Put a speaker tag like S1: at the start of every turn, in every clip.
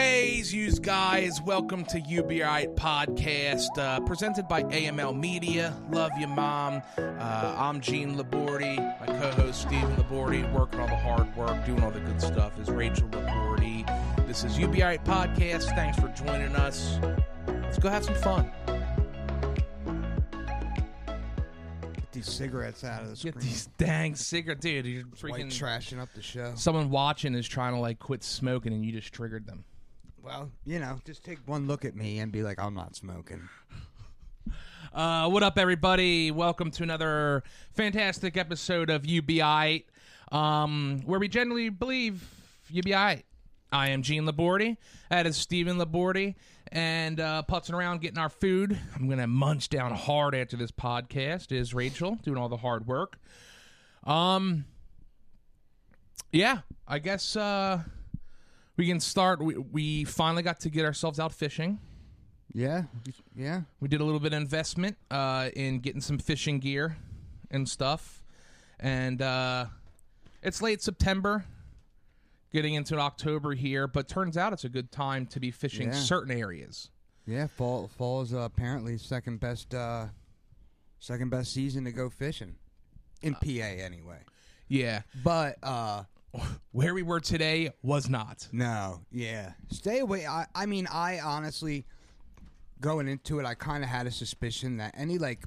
S1: Hey's used guys, welcome to UBRite podcast uh, presented by AML Media. Love you, mom. Uh, I'm Gene Labordi. My co-host Stephen Labordi, working all the hard work, doing all the good stuff, is Rachel Labordi. This is UBRite podcast. Thanks for joining us. Let's go have some fun.
S2: Get these cigarettes out of the screen.
S1: Get these dang cigarette, dude. You're freaking.
S2: White trashing up the show.
S1: Someone watching is trying to like quit smoking, and you just triggered them.
S2: Well, you know, just take one look at me and be like, I'm not smoking.
S1: Uh, what up, everybody? Welcome to another fantastic episode of UBI, um, where we generally believe UBI. I am Gene Labordi. That is Stephen Labordi. And uh, putzing around getting our food. I'm going to munch down hard after this podcast. Is Rachel doing all the hard work? Um, yeah, I guess uh, we can start. We, we finally got to get ourselves out fishing.
S2: Yeah, yeah.
S1: We did a little bit of investment uh, in getting some fishing gear and stuff. And uh, it's late September, getting into October here, but turns out it's a good time to be fishing
S2: Yeah.
S1: certain areas.
S2: Yeah, fall fall is uh, apparently second best uh second best season to go fishing in
S1: Uh.
S2: PA anyway.
S1: Yeah.
S2: But uh
S1: Where we were today was not.
S2: no, yeah. Stay away. I I mean, I honestly going into it, I kind of had a suspicion that any like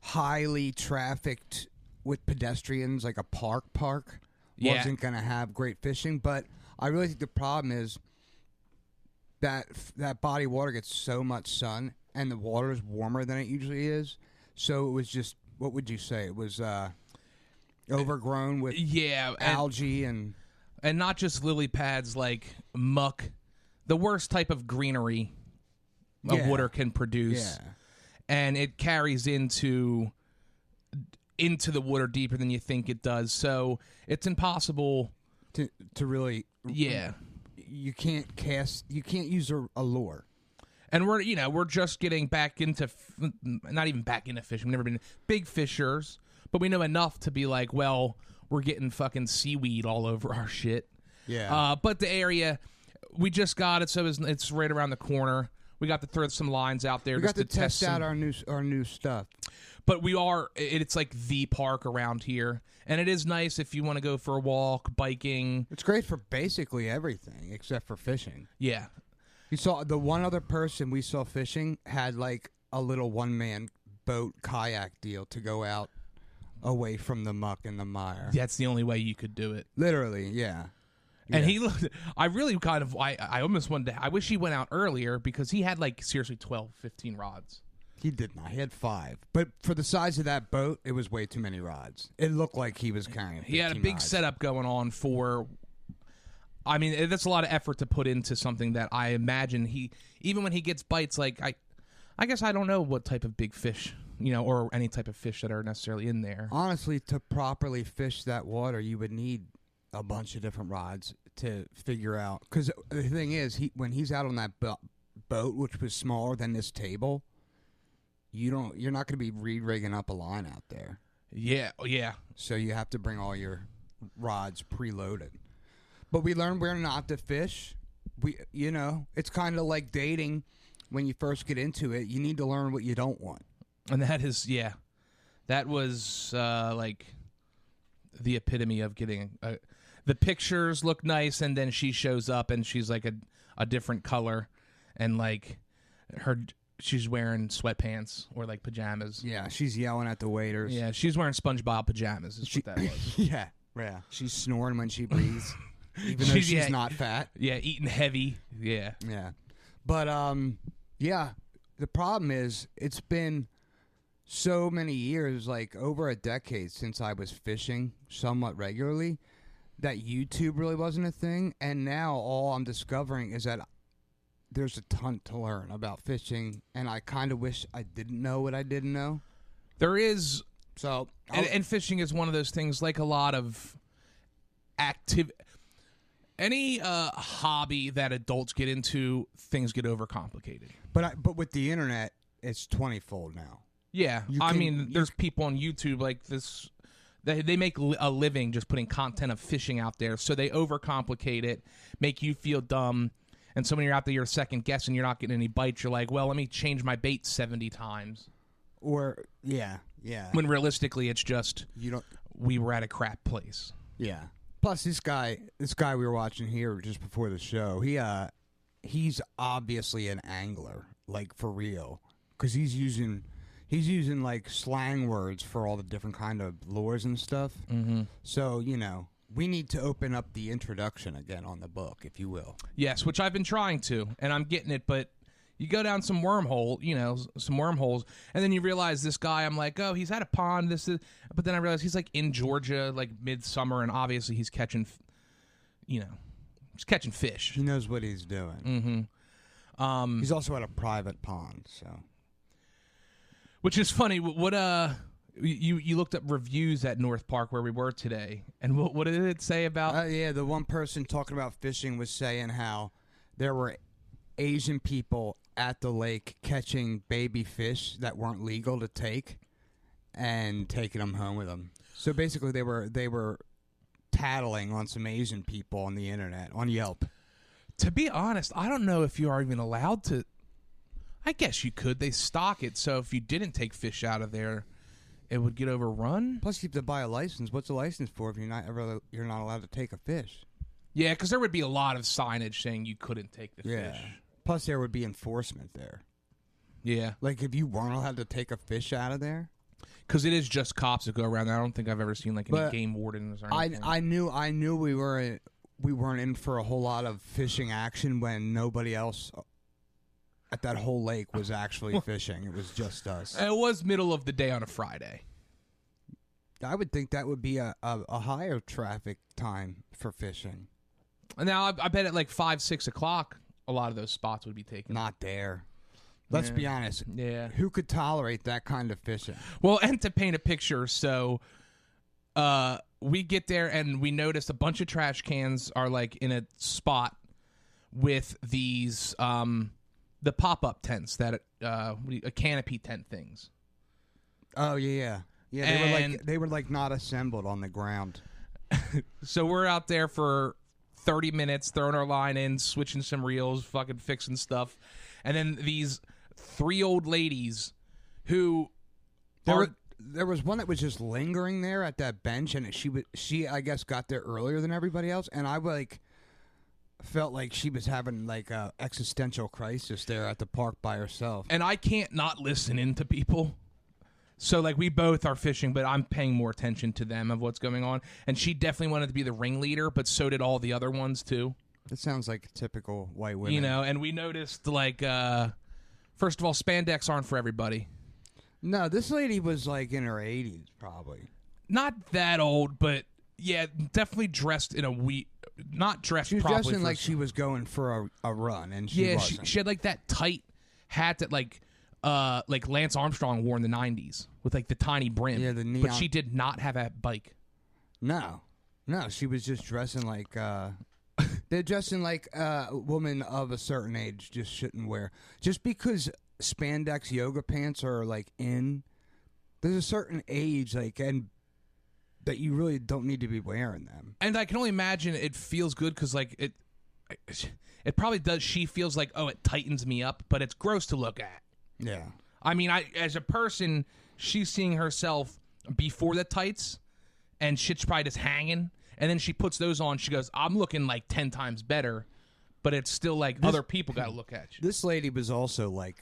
S2: highly trafficked with pedestrians like a park park
S1: Yeah.
S2: wasn't going to have great fishing, but I really think the problem is that that body of water gets so much sun and the water is warmer than it usually is. So it was just what would you say? It was uh overgrown with
S1: Yeah. And,
S2: algae and
S1: and not just lily pads, like muck, the worst type of greenery a
S2: Yeah.
S1: water can produce.
S2: yeah.
S1: and it carries into into the water deeper than you think it does. So it's impossible.
S2: To to really
S1: Yeah.
S2: you can't cast you can't use a, a lure.
S1: And we're you know we're just getting back into f- not even back into fishing. We've never been big fishers, but we know enough to be like, well, we're getting fucking seaweed all over our shit.
S2: Yeah.
S1: Uh, but the area we just got it, so it's, it's right around the corner. We got to throw some lines out there
S2: we
S1: just
S2: got to
S1: to test
S2: test out
S1: some-
S2: our new s- our new stuff.
S1: but we are it- it's like the park around here and it is nice if you want to go for a walk biking
S2: It's great for basically everything except for fishing.
S1: yeah
S2: You saw the one other person we saw fishing had like a little one man boat kayak deal to go out away from the muck and the mire.
S1: that's the only way you could do it
S2: Literally, yeah.
S1: and he looked i really kind of i i almost wanted to i wish he went out earlier because he had like seriously 12 15 rods
S2: He did not. He had five. But for the size of that boat, it was way too many rods. It looked like he was carrying.
S1: he had a
S2: 15
S1: big
S2: rods.
S1: setup going on for i mean that's a lot of effort to put into something that i imagine he even when he gets bites like i i guess i don't know what type of big fish you know or any type of fish that are necessarily in there
S2: Honestly, to properly fish that water, you would need a bunch of different rods to figure out. Because the thing is, he when he's out on that bo- boat, which was smaller than this table, you don't you're not going to be re-rigging up a line out there.
S1: yeah oh, yeah
S2: So you have to bring all your rods preloaded. But we learned where not to fish. We, you know, it's kind of like dating. When you first get into it, you need to learn what you don't want.
S1: And that is, yeah, that was uh, like the epitome of getting uh, the pictures look nice, and then she shows up and she's like a a different color, and like her she's wearing sweatpants or like pajamas.
S2: Yeah, she's yelling at the waiters.
S1: Yeah, she's wearing SpongeBob pajamas. Is what that was.
S2: Yeah, yeah. She's snoring when she breathes, even though
S1: She's-
S2: she's,
S1: yeah.
S2: not fat.
S1: Yeah, eating heavy. Yeah,
S2: Yeah, but um, yeah. The problem is, it's been so many years, like over a decade, since I was fishing somewhat regularly, that YouTube really wasn't a thing, and now all I'm discovering is that there's a ton to learn about fishing, and I kind of wish I didn't know what I didn't know.
S1: there is
S2: So,
S1: and,
S2: I'll-
S1: and fishing is one of those things like a lot of active any uh hobby that adults get into things get overcomplicated
S2: but I, but with the internet, it's twentyfold now.
S1: yeah
S2: You
S1: i
S2: can-
S1: mean
S2: you
S1: there's people on youtube like this they, they make li- a living just putting content of fishing out there so they overcomplicate it make you feel dumb and so when you're out there, you're second guessing, you're not getting any bites. You're like, well, let me change my bait seventy times.
S2: Or yeah, yeah.
S1: When realistically, it's just
S2: you don't.
S1: we were at a crap place.
S2: Yeah. Plus, this guy, this guy we were watching here just before the show, he uh, he's obviously an angler, like for real, because he's using, he's using like slang words for all the different kind of lures and stuff. Mm-hmm. So you know, we need to open up the introduction again on the book, if you will.
S1: Yes, which I've been trying to, and I'm getting it, but you go down some wormhole, you know, s- some wormholes, and then you realize this guy. I'm like, oh, he's at a pond. This is, but then I realize he's like in Georgia, like midsummer, and obviously he's catching, f- you know, he's catching fish.
S2: He knows what he's doing. Mm-hmm. Um, he's also at a private pond, so
S1: Which is funny. Wh- What uh, you you looked up reviews at North Park where we were today, and what what did it say about?
S2: Uh, yeah, the one person talking about fishing was saying how there were Asian people at the lake catching baby fish that weren't legal to take and taking them home with them. So basically, they were they were tattling on some Asian people on the internet on Yelp.
S1: to be honest, I don't know if you are even allowed to. I guess you could. They stock it, so if you didn't take fish out of there, it would get overrun.
S2: Plus, you have to buy a license. What's a license for if you're not ever you're not allowed to take a fish?
S1: Yeah, because there would be a lot of signage saying you couldn't take the fish.
S2: Plus, there would be enforcement there.
S1: Yeah,
S2: Like if you weren't allowed to take a fish out of there,
S1: because it is just cops that go around. I don't think I've ever seen like any
S2: But
S1: game wardens or
S2: I
S1: anything.
S2: I knew I knew we were we weren't in for a whole lot of fishing action when nobody else uh, at that whole lake was actually fishing. It was just us.
S1: it was middle of the day on a Friday.
S2: I would think that would be a, a, a higher traffic time for fishing.
S1: Now I, I bet at like five, six o'clock, a lot of those spots would be taken.
S2: Not there. Let's be honest.
S1: Yeah.
S2: Who could tolerate that kind of fishing?
S1: Well, and to paint a picture, so uh we get there and we notice a bunch of trash cans are like in a spot with these um the pop-up tents that uh what do you- a canopy tent things.
S2: Oh yeah, yeah. Yeah, they were
S1: And-
S2: like they were like not assembled on the ground.
S1: So we're out there for 30 minutes throwing our line in, switching some reels, fucking fixing stuff. And then these three old ladies who
S2: There,
S1: are
S2: were, there was one that was just lingering there at that bench, and she was she I guess got there earlier than everybody else, and I like felt like she was having like a existential crisis there at the park by herself.
S1: and I can't not listen in to people. So like we both are fishing, but I'm paying more attention to them of what's going on. And she definitely wanted to be the ringleader, but so did all the other ones too.
S2: That sounds like typical white women.
S1: You know, and we noticed like uh first of all, spandex aren't for everybody.
S2: no, this lady was like in her eighties probably.
S1: Not that old, but yeah, definitely dressed in a we not dressed
S2: She was
S1: properly.
S2: dressing
S1: for-
S2: like she was going for a, a run, and she
S1: yeah, she,
S2: wasn't.
S1: she had like that tight hat that like uh like Lance Armstrong wore in the '90s with like the tiny brim.
S2: Yeah, the
S1: but
S2: neon-
S1: she did not have a bike.
S2: no, no, she was just dressing like. uh they're dressing like uh, women of a certain age just shouldn't wear. Just because spandex yoga pants are like in, there's a certain age like and that you really don't need to be wearing them.
S1: and I can only imagine it feels good because like it, it probably does. She feels like oh, it tightens me up, but it's gross to look at.
S2: Yeah,
S1: I mean, I as a person, she's seeing herself before the tights, and shit's probably just hanging. And then she puts those on. She goes, "I'm looking like ten times better," but it's still like other people got to look at you.
S2: this lady was also like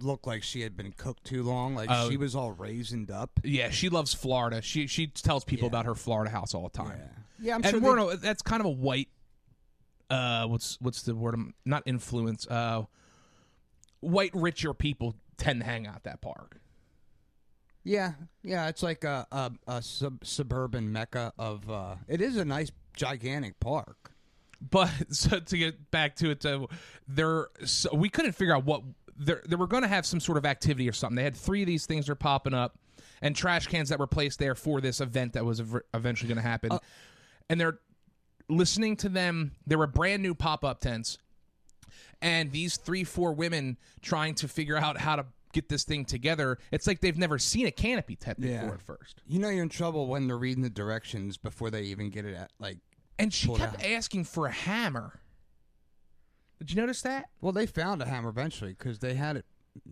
S2: looked like she had been cooked too long. Like she was all raisined up.
S1: Yeah, she loves Florida. She she tells people about her Florida house all the time.
S2: Yeah, I'm
S1: and
S2: sure.
S1: we're
S2: they-
S1: no, that's kind of a white uh what's what's the word I'm not influence uh white richer people tend to hang out at that park
S2: yeah, yeah, it's like a a, a sub- suburban mecca of. Uh, it is a nice gigantic park.
S1: but so to get back to it so there so we couldn't figure out what there they were going to have some sort of activity or something they had three of these things that are popping up and trash cans that were placed there for this event that was ev- eventually going to happen
S2: Uh,
S1: and they're listening to them there were brand new pop-up tents and these three four women trying to figure out how to get this thing together it's like they've never seen a canopy tent before
S2: Yeah.
S1: at first
S2: You know you're in trouble when they're reading the directions before they even get it at like
S1: and she
S2: Pulled
S1: kept
S2: out.
S1: asking for a hammer Did you notice that?
S2: Well, they found a hammer eventually because they had it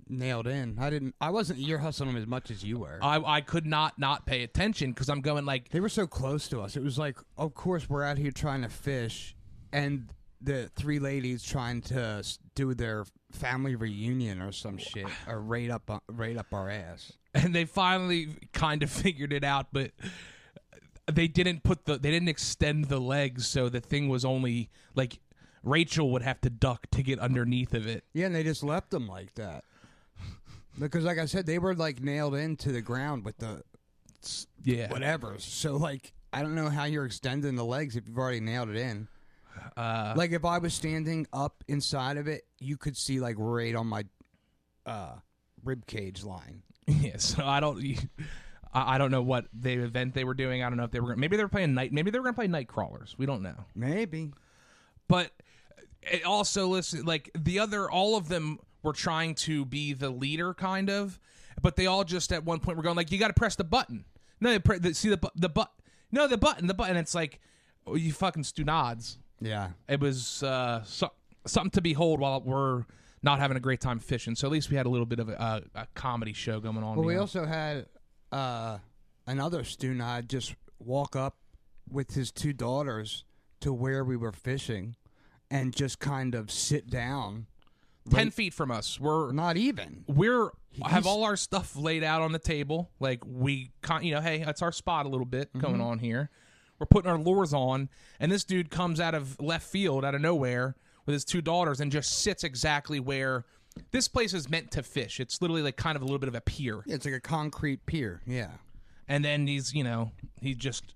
S2: nailed in. I didn't. I wasn't. You're hustling them as much as you were.
S1: I I could not not pay attention because I'm going like
S2: they were so close to us. It was like, of course, we're out here trying to fish, and the three ladies trying to s- do their family reunion or some shit, or right up, right up our ass.
S1: and they finally kind of figured it out but they didn't put the they didn't extend the legs so the thing was only like rachel would have to duck to get underneath of it
S2: Yeah, and they just left them like that. Because, like I said, they were like nailed into the ground with the
S1: yeah
S2: whatever. So, like, I don't know how you're extending the legs if you've already nailed it in. like, if I was standing up inside of it, you could see like right on my uh, rib cage line.
S1: yeah so i don't e, I I don't know what the event they were doing. I don't know if they were gonna, maybe they were playing night maybe they were going to play night crawlers. We don't know.
S2: Maybe.
S1: but uh, it also listen like the other all of them were trying to be the leader kind of but they all just at one point were going like you got to press the button no they pre- the, see the bu- the but no the button the button it's like oh, you fucking stunads
S2: Yeah.
S1: it was uh so, something to behold while we're not having a great time fishing so at least we had a little bit of a, a, a comedy show going on
S2: Well, we
S1: beyond-
S2: also had uh, another student I just walk up with his two daughters to where we were fishing and just kind of sit down.
S1: 10 feet from us we're
S2: Not even.
S1: we're have all our stuff laid out on the table. Like we, con- you know, hey, that's our spot a little bit going on here. We're putting our lures on, and this dude comes out of left field, out of nowhere, with his two daughters, and just sits exactly where this place is meant to fish. It's literally like kind of a little bit of a pier,
S2: Yeah, it's like a concrete pier. Yeah.
S1: and then he's, you know, he just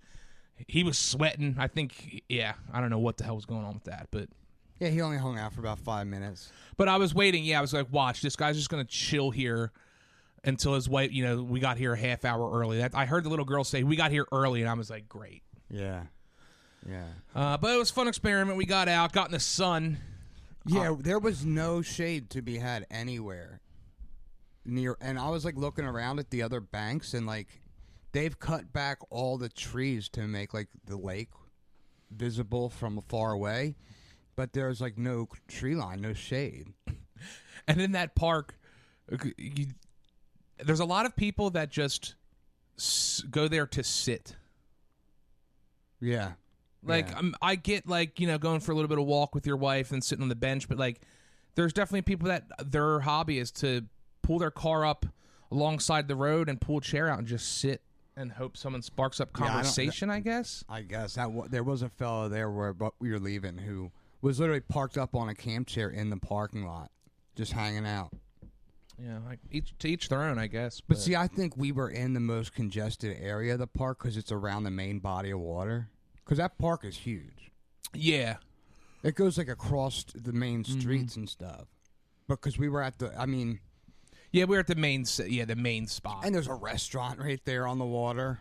S1: he was sweating. I think, yeah, I don't know what the hell was going on with that, but
S2: Yeah, he only hung out for about five minutes.
S1: But I was waiting. Yeah, I was like, watch, this guy's just gonna chill here until his wife. You know, we got here a half hour early. That I heard the little girl say, "We got here early," and I was like, great.
S2: Yeah. Yeah.
S1: Uh, but it was a fun experiment. We got out, got in the sun.
S2: Yeah, there was no shade to be had anywhere near and I was like looking around at the other banks and like they've cut back all the trees to make like the lake visible from far away, but there's like no tree line, no shade.
S1: and in that park you, there's a lot of people that just s- go there to sit
S2: Yeah.
S1: like
S2: Yeah.
S1: um, i get like you know going for a little bit of walk with your wife and sitting on the bench but like there's definitely people that their hobby is to pull their car up alongside the road and pull a chair out and just sit and hope someone sparks up
S2: I don't-
S1: conversation I guess
S2: I guess that wa there was a fellow there where but we were leaving who was literally parked up on a camp chair in the parking lot, just hanging out.
S1: yeah like each to each their own i guess
S2: But see, I think we were in the most congested area of the park because it's around the main body of water. Because that park is huge.
S1: yeah
S2: It goes like across t- the main streets and stuff. Because we were at the, I mean,
S1: yeah we're at the main s- yeah the main spot
S2: and there's a restaurant right there on the water.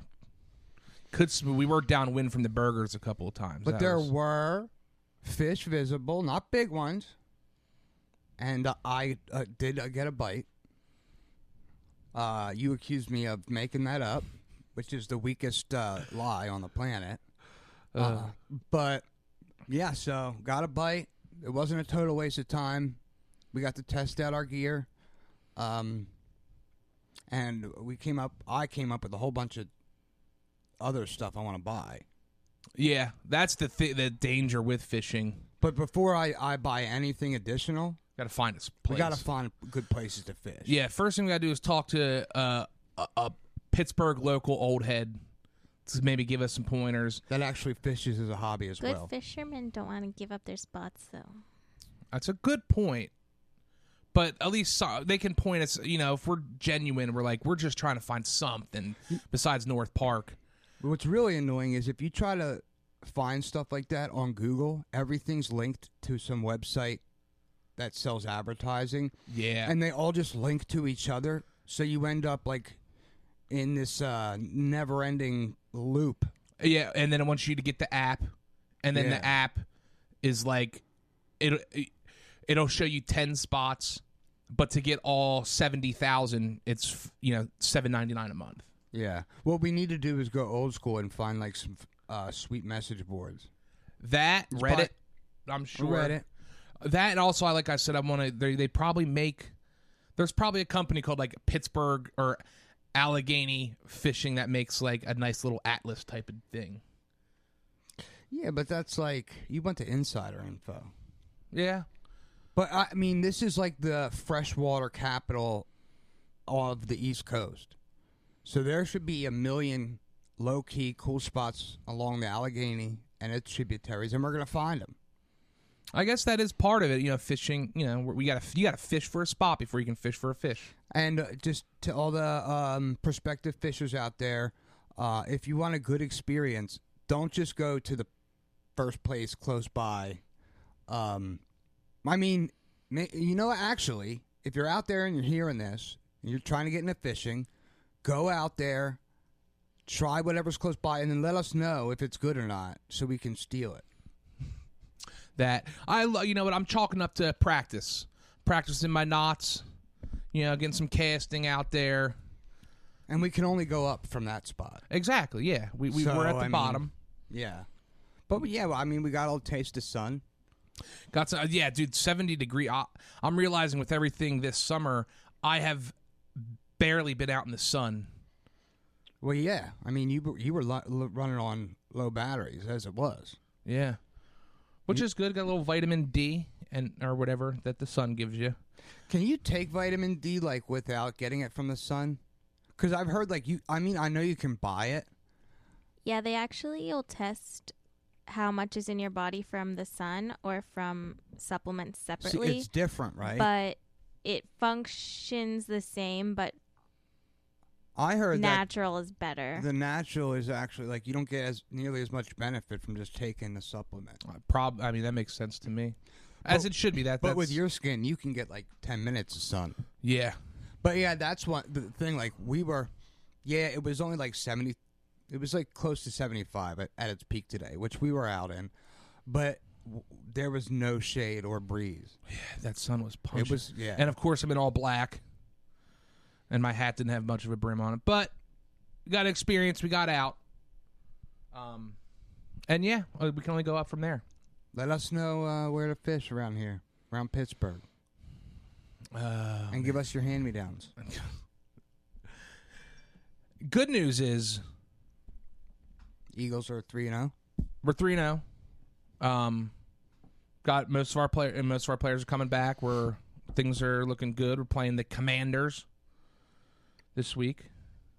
S1: could s- we were downwind from the burgers a couple of times
S2: But
S1: That
S2: there
S1: was-
S2: were fish visible, not big ones. And uh, I uh, did uh, get a bite. Uh, you accused me of making that up, which is the weakest uh, lie on the planet. Uh, but yeah, so got a bite. It wasn't a total waste of time. We got to test out our gear. Um, and we came up, I came up with a whole bunch of other stuff I want to buy.
S1: yeah that's the thi- the danger with fishing
S2: But before I, I buy anything additional,
S1: got to find a s- place
S2: we gotta find good places to fish.
S1: Yeah, first thing we gotta do is talk to uh, a, a Pittsburgh local old head to maybe give us some pointers.
S2: That actually fishes as a hobby as
S3: Good
S2: well.
S3: fishermen don't want to give up their spots, though.
S1: That's a good point, but at least so- they can point us. You know, if we're genuine, we're like we're just trying to find something besides North Park.
S2: But What's really annoying is if you try to find stuff like that on Google, everything's linked to some website that sells advertising,
S1: Yeah,
S2: and they all just link to each other. So you end up like in this uh, never-ending loop.
S1: yeah, and then it wants you to get the app, and then
S2: Yeah.
S1: the app is like it. It'll show you ten spots, but to get all seventy thousand, it's you know seven ninety nine a month.
S2: Yeah. What we need to do is go old school and find like some uh, sweet message boards.
S1: That
S2: buy
S1: Reddit,
S2: it.
S1: I'm sure.
S2: Reddit.
S1: that and also I like I said I want to they, they probably make there's probably a company called like Pittsburgh or Allegheny fishing that makes like a nice little atlas type of thing.
S2: Yeah, but that's like you went to insider info.
S1: Yeah.
S2: But I mean, this is like the freshwater capital of the East Coast. So there should be a million low key cool spots along the Allegheny and its tributaries, and we're going to find them.
S1: I guess that is part of it, you know, fishing, you know, we got to you got to fish for a spot before you can fish for a fish.
S2: And uh, just to all the um, prospective fishers out there, uh, if you want a good experience, don't just go to the first place close by. Um, I mean, ma- you know, actually, if you're out there and you're hearing this and you're trying to get into fishing, go out there, try whatever's close by, and then let us know if it's good or not so we can steal it.
S1: That I lo- you know what I'm chalking up to practice. Practicing my knots, you know, getting some casting out there.
S2: And we can only go up from that spot.
S1: Exactly. Yeah. We, we
S2: So,
S1: were at
S2: I
S1: the
S2: mean-
S1: bottom.
S2: Yeah. But yeah, well, I mean, we got a little taste of sun.
S1: Got some, yeah, dude. Seventy degree. I, I'm realizing with everything this summer, I have barely been out in the sun.
S2: Well, yeah. I mean, you were- you were lu- lu- running on low batteries as it was.
S1: Yeah, which is good. Got a little vitamin D and or whatever that the sun gives you.
S2: Can you take vitamin D like without getting it from the sun? Because I've heard like you. I mean, I know you can buy it.
S3: Yeah, they actually will test how much is in your body from the sun or from supplements
S2: See,
S3: separately,
S2: it's different, right?
S3: but it functions the same, but
S2: I heard
S3: natural is
S2: that
S3: better.
S2: the natural is actually like you don't get as nearly as much benefit from just taking the supplement.
S1: Uh, Prob. I mean, that makes sense to me, as
S2: But-
S1: it should be. That.
S2: But
S1: that's,
S2: with your skin, you can get like ten minutes of sun.
S1: Yeah.
S2: But yeah, that's one the thing. Like we were, yeah, it was only like seventy. It was like close to seventy-five at, at its peak today, which we were out in. But w- there was no shade or breeze.
S1: Yeah, That sun was punching.
S2: It was yeah.
S1: And of course, I'm in all black, and my hat didn't have much of a brim on it. But we got experience. We got out. Um, and yeah, uh, we can only go up from there.
S2: Let us know uh, where to fish around here, around Pittsburgh,
S1: Uh,
S2: and give us your hand-me-downs.
S1: good news is
S2: Eagles are three and oh. zero.
S1: we're three zero. Um, got most of our player and most of our players are coming back. We're things are looking good. We're playing the Commanders this week.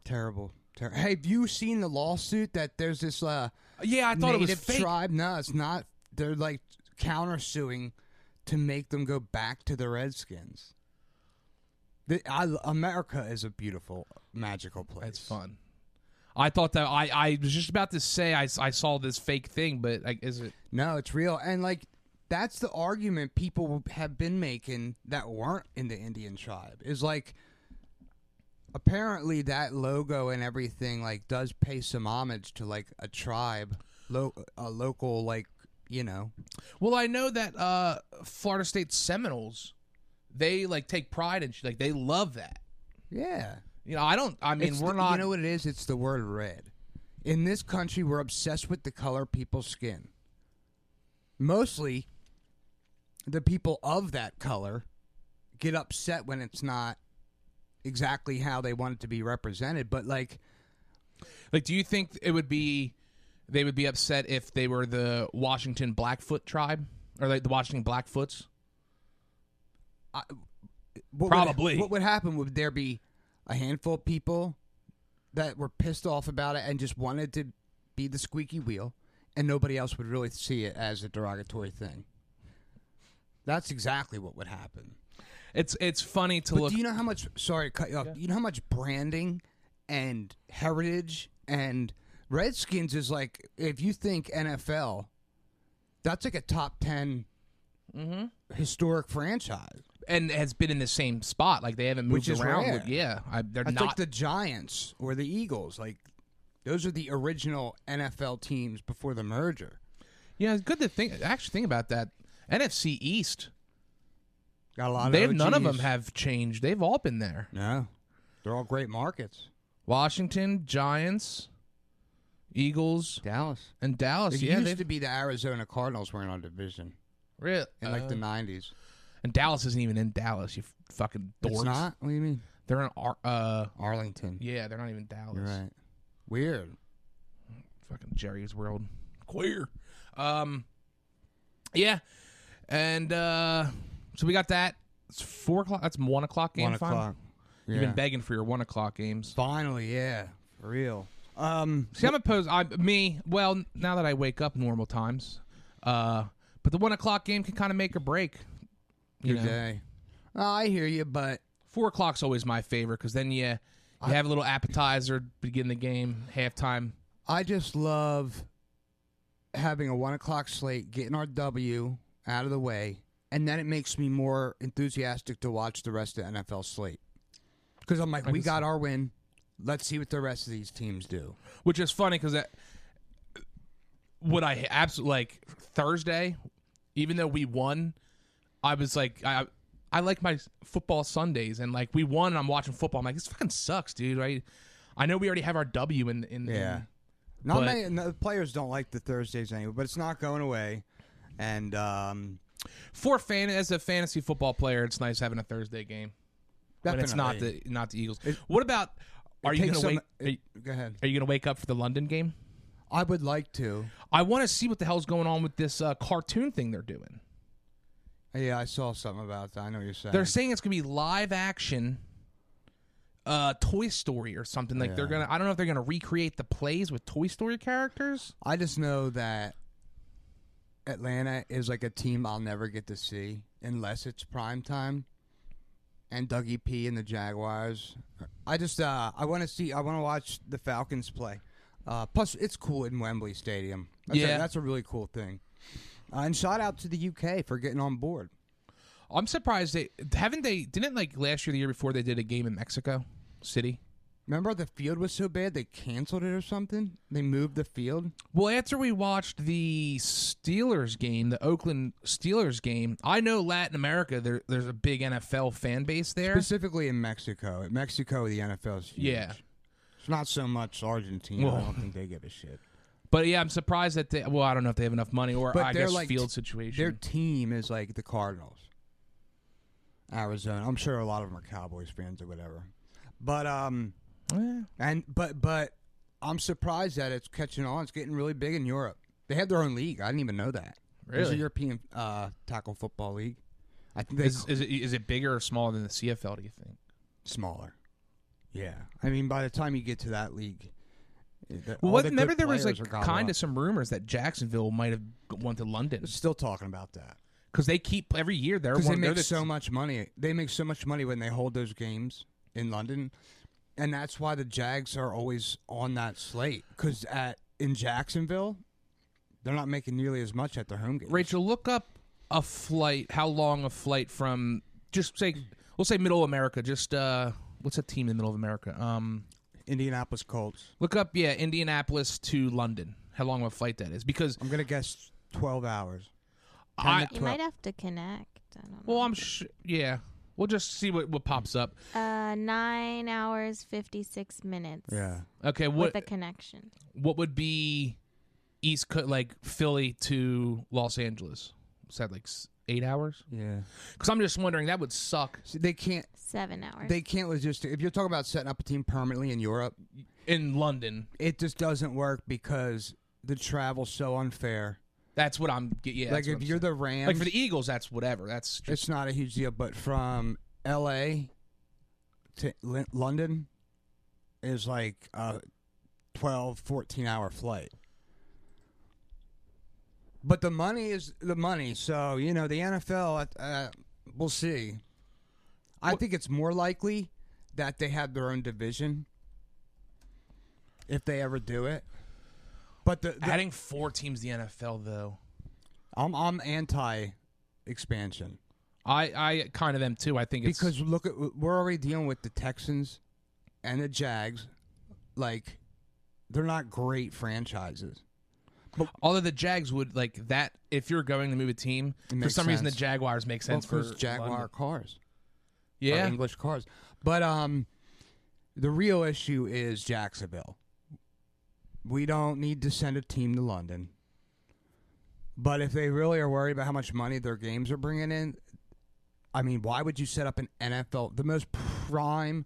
S2: Terrible. Ter- hey, have you seen the lawsuit that there's this uh,
S1: Yeah, I thought
S2: native
S1: it was fake.
S2: tribe? No, it's not. They're like countersuing to make them go back to the Redskins. The, I, America is a beautiful, magical place.
S1: That's fun. I thought that I, I was just about to say I, s- I saw this fake thing, but like, is it?
S2: No, it's real, and like that's the argument people have been making that weren't in the Indian tribe is like apparently that logo and everything like does pay some homage to like a tribe, lo- a local like you know
S1: Well, I know that uh, Florida State Seminoles, they like take pride in sh- like they love that.
S2: yeah
S1: You know, I don't. I mean,
S2: It's
S1: we're
S2: the-
S1: not.
S2: You know what it is? It's the word red. In this country, we're obsessed with the color people's skin. Mostly, the people of that color get upset when it's not exactly how they want it to be represented. But like,
S1: Like, do you think it would be they would be upset if they were the Washington Blackfoot tribe or like the Washington Blackfoots?
S2: what would-
S1: Probably.
S2: what would happen? Would there be a handful of people that were pissed off about it and just wanted to be the squeaky wheel, and nobody else would really see it as a derogatory thing? That's exactly what would happen.
S1: It's it's funny to
S2: But
S1: look.
S2: do you know how much? Sorry, to cut you off. You know how much branding and heritage and Redskins is like. If you think NFL, that's like a top 10
S1: Mm-hmm.
S2: historic franchise.
S1: and has been in the same spot. Like they haven't moved
S2: Which is
S1: around.
S2: rare.
S1: Yeah, I, they're
S2: That's
S1: not.
S2: like the Giants or the Eagles. Like those are the original NFL teams before the merger.
S1: yeah, it's good to think. Actually, think about that. NFC East.
S2: Got a lot.
S1: They
S2: of
S1: have none of them
S2: OGs.
S1: have changed. They've all been there.
S2: No, they're all great markets.
S1: Washington Giants, Eagles,
S2: Dallas.
S1: and Dallas.
S2: It
S1: yeah,
S2: used
S1: they've-
S2: to be the Arizona Cardinals were in our division.
S1: Really?
S2: in like the '90s.
S1: uh, and Dallas isn't even in Dallas. You f- fucking dorks.
S2: It's not. What do you mean?
S1: They're in Ar- uh
S2: Arlington.
S1: yeah, they're not even Dallas.
S2: You're right. Weird.
S1: Fucking Jerry's World. Queer. Um Yeah. And uh so we got that. It's four o'clock that's one o'clock game
S2: One
S1: final.
S2: o'clock.
S1: You've
S2: Yeah.
S1: been begging for your one o'clock games.
S2: Finally, yeah, for real. Um,
S1: See, I'm opposed. I me. Well, now that I wake up normal times, uh, but the one o'clock game can kind of make or break. You
S2: your
S1: know,
S2: day. Oh, I hear you, but
S1: four o'clock's always my favorite because then you you have a little appetizer, begin the game, halftime.
S2: I just love having a one o'clock slate, getting our W out of the way, and then it makes me more enthusiastic to watch the rest of the NFL slate. Because I'm like,
S1: can
S2: we got our win. Let's see what the rest of these teams do.
S1: which is funny because what I absolutely like Thursday, even though we won, I was like I I like my football Sundays and like we won and I'm watching football. I'm like this fucking sucks, dude. I I know we already have our W in in
S2: Yeah. Not
S1: But-
S2: many no, players don't like the Thursdays anyway, but it's not going away. And um,
S1: for fan as a fantasy football player. It's nice having a Thursday game, but it's not
S2: definitely.
S1: the not the Eagles. what about are you
S2: takes
S1: gonna
S2: some-
S1: wake?
S2: it-
S1: are you-
S2: Go ahead.
S1: are you gonna wake up for the London game?
S2: I would like to.
S1: I want to see what the hell's going on with this uh, cartoon thing they're doing.
S2: Yeah, I saw something about that. I know what you're saying.
S1: They're saying it's gonna be live action, uh, Toy Story or something. Like they're
S2: Yeah.
S1: gonna. I don't know if they're gonna recreate the plays with Toy Story characters.
S2: I just know that Atlanta is like a team I'll never get to see unless it's prime time. And Dougie P and the Jaguars. I just uh, I want to see. I want to watch the Falcons play. Uh, plus, it's cool in Wembley Stadium. That's
S1: Yeah.
S2: a, that's a really cool thing. Uh, and shout out to the UK for getting on board.
S1: I'm surprised they haven't they didn't like last year the year before they did a game in Mexico City.
S2: Remember the field was so bad they canceled it or something. They moved the field.
S1: Well, after we watched the Steelers game, the Oakland Steelers game, I know Latin America there, there's a big NFL fan base there.
S2: Specifically in Mexico. In Mexico, the NFL is huge.
S1: Yeah.
S2: It's not so much Argentina.
S1: Well-
S2: I don't think they give a shit.
S1: But yeah, I'm surprised that they well, I don't know if they have enough money or
S2: But
S1: I
S2: they're
S1: guess
S2: like-
S1: field
S2: Their
S1: situation.
S2: team is like the Cardinals, Arizona. I'm sure a lot of them are Cowboys fans or whatever. But um,
S1: Eh,
S2: and but but I'm surprised that it's catching on. It's getting really big in Europe. They have their own league. I didn't even know that. There's a
S1: Really?
S2: European uh, tackle football league. I think they
S1: Is, is, it, is it bigger or smaller than the CFL, do you think?
S2: smaller. Yeah, I mean, by the time you get to that league, the- all
S1: Well,
S2: the good
S1: remember there was like
S2: players are gone
S1: kind
S2: up.
S1: of some rumors that Jacksonville might have went to London
S2: still talking about that.
S1: because they keep every year they're
S2: because
S1: one
S2: they
S1: they're
S2: make
S1: the-
S2: so much money. They make so much money when they hold those games in London, and that's why the Jags are always on that slate. Because at in Jacksonville, they're not making nearly as much at their home games.
S1: Rachel, look up a flight. How long a flight from just say we'll say middle America. Just uh, what's a team in the middle of America? Um,
S2: Indianapolis Colts.
S1: look up yeah, Indianapolis to London. How long of a flight that is? Because
S2: I'm gonna guess twelve hours.
S1: I
S3: You might have to connect. I don't know.
S1: well, I'm sh- yeah. We'll just see what what pops up.
S3: Uh, nine hours fifty six minutes.
S1: Okay,
S3: With
S1: what
S3: the connection.
S1: what would be East Co- like Philly to Los Angeles? Is that like s- eight hours?
S2: yeah.
S1: Because I'm just wondering that would suck
S2: So they can't.
S3: Seven hours.
S2: They can't logistic. If you're talking about setting up a team permanently in Europe,
S1: in London.
S2: it just doesn't work because the travel's so unfair.
S1: That's what I'm. ge- Yeah,
S2: like
S1: that's what
S2: if
S1: I'm
S2: you're
S1: saying.
S2: the Rams,
S1: like for the Eagles, that's whatever. That's just,
S2: it's not a huge deal, but from L.A. to L- London is like a 12, 14 hour flight. But the money is the money, so you know the NFL. Uh, we'll see. I think it's more likely that they have their own division if they ever do it. But the, the
S1: adding four teams to the NFL though.
S2: I'm I'm anti expansion.
S1: I I kind of am too. I think it's
S2: Because look at we're already dealing with the Texans and the Jags, like they're not great franchises.
S1: although the Jags would like that if you're going to move a team for
S2: makes
S1: some reason the
S2: sense.
S1: Jaguars make sense
S2: well,
S1: for
S2: 'cause Jaguar
S1: London.
S2: cars, are
S1: Yeah,
S2: English cars. But um, the real issue is Jacksonville. We don't need to send a team to London. But if they really are worried about how much money their games are bringing in, I mean, why would you set up an NFL, the most prime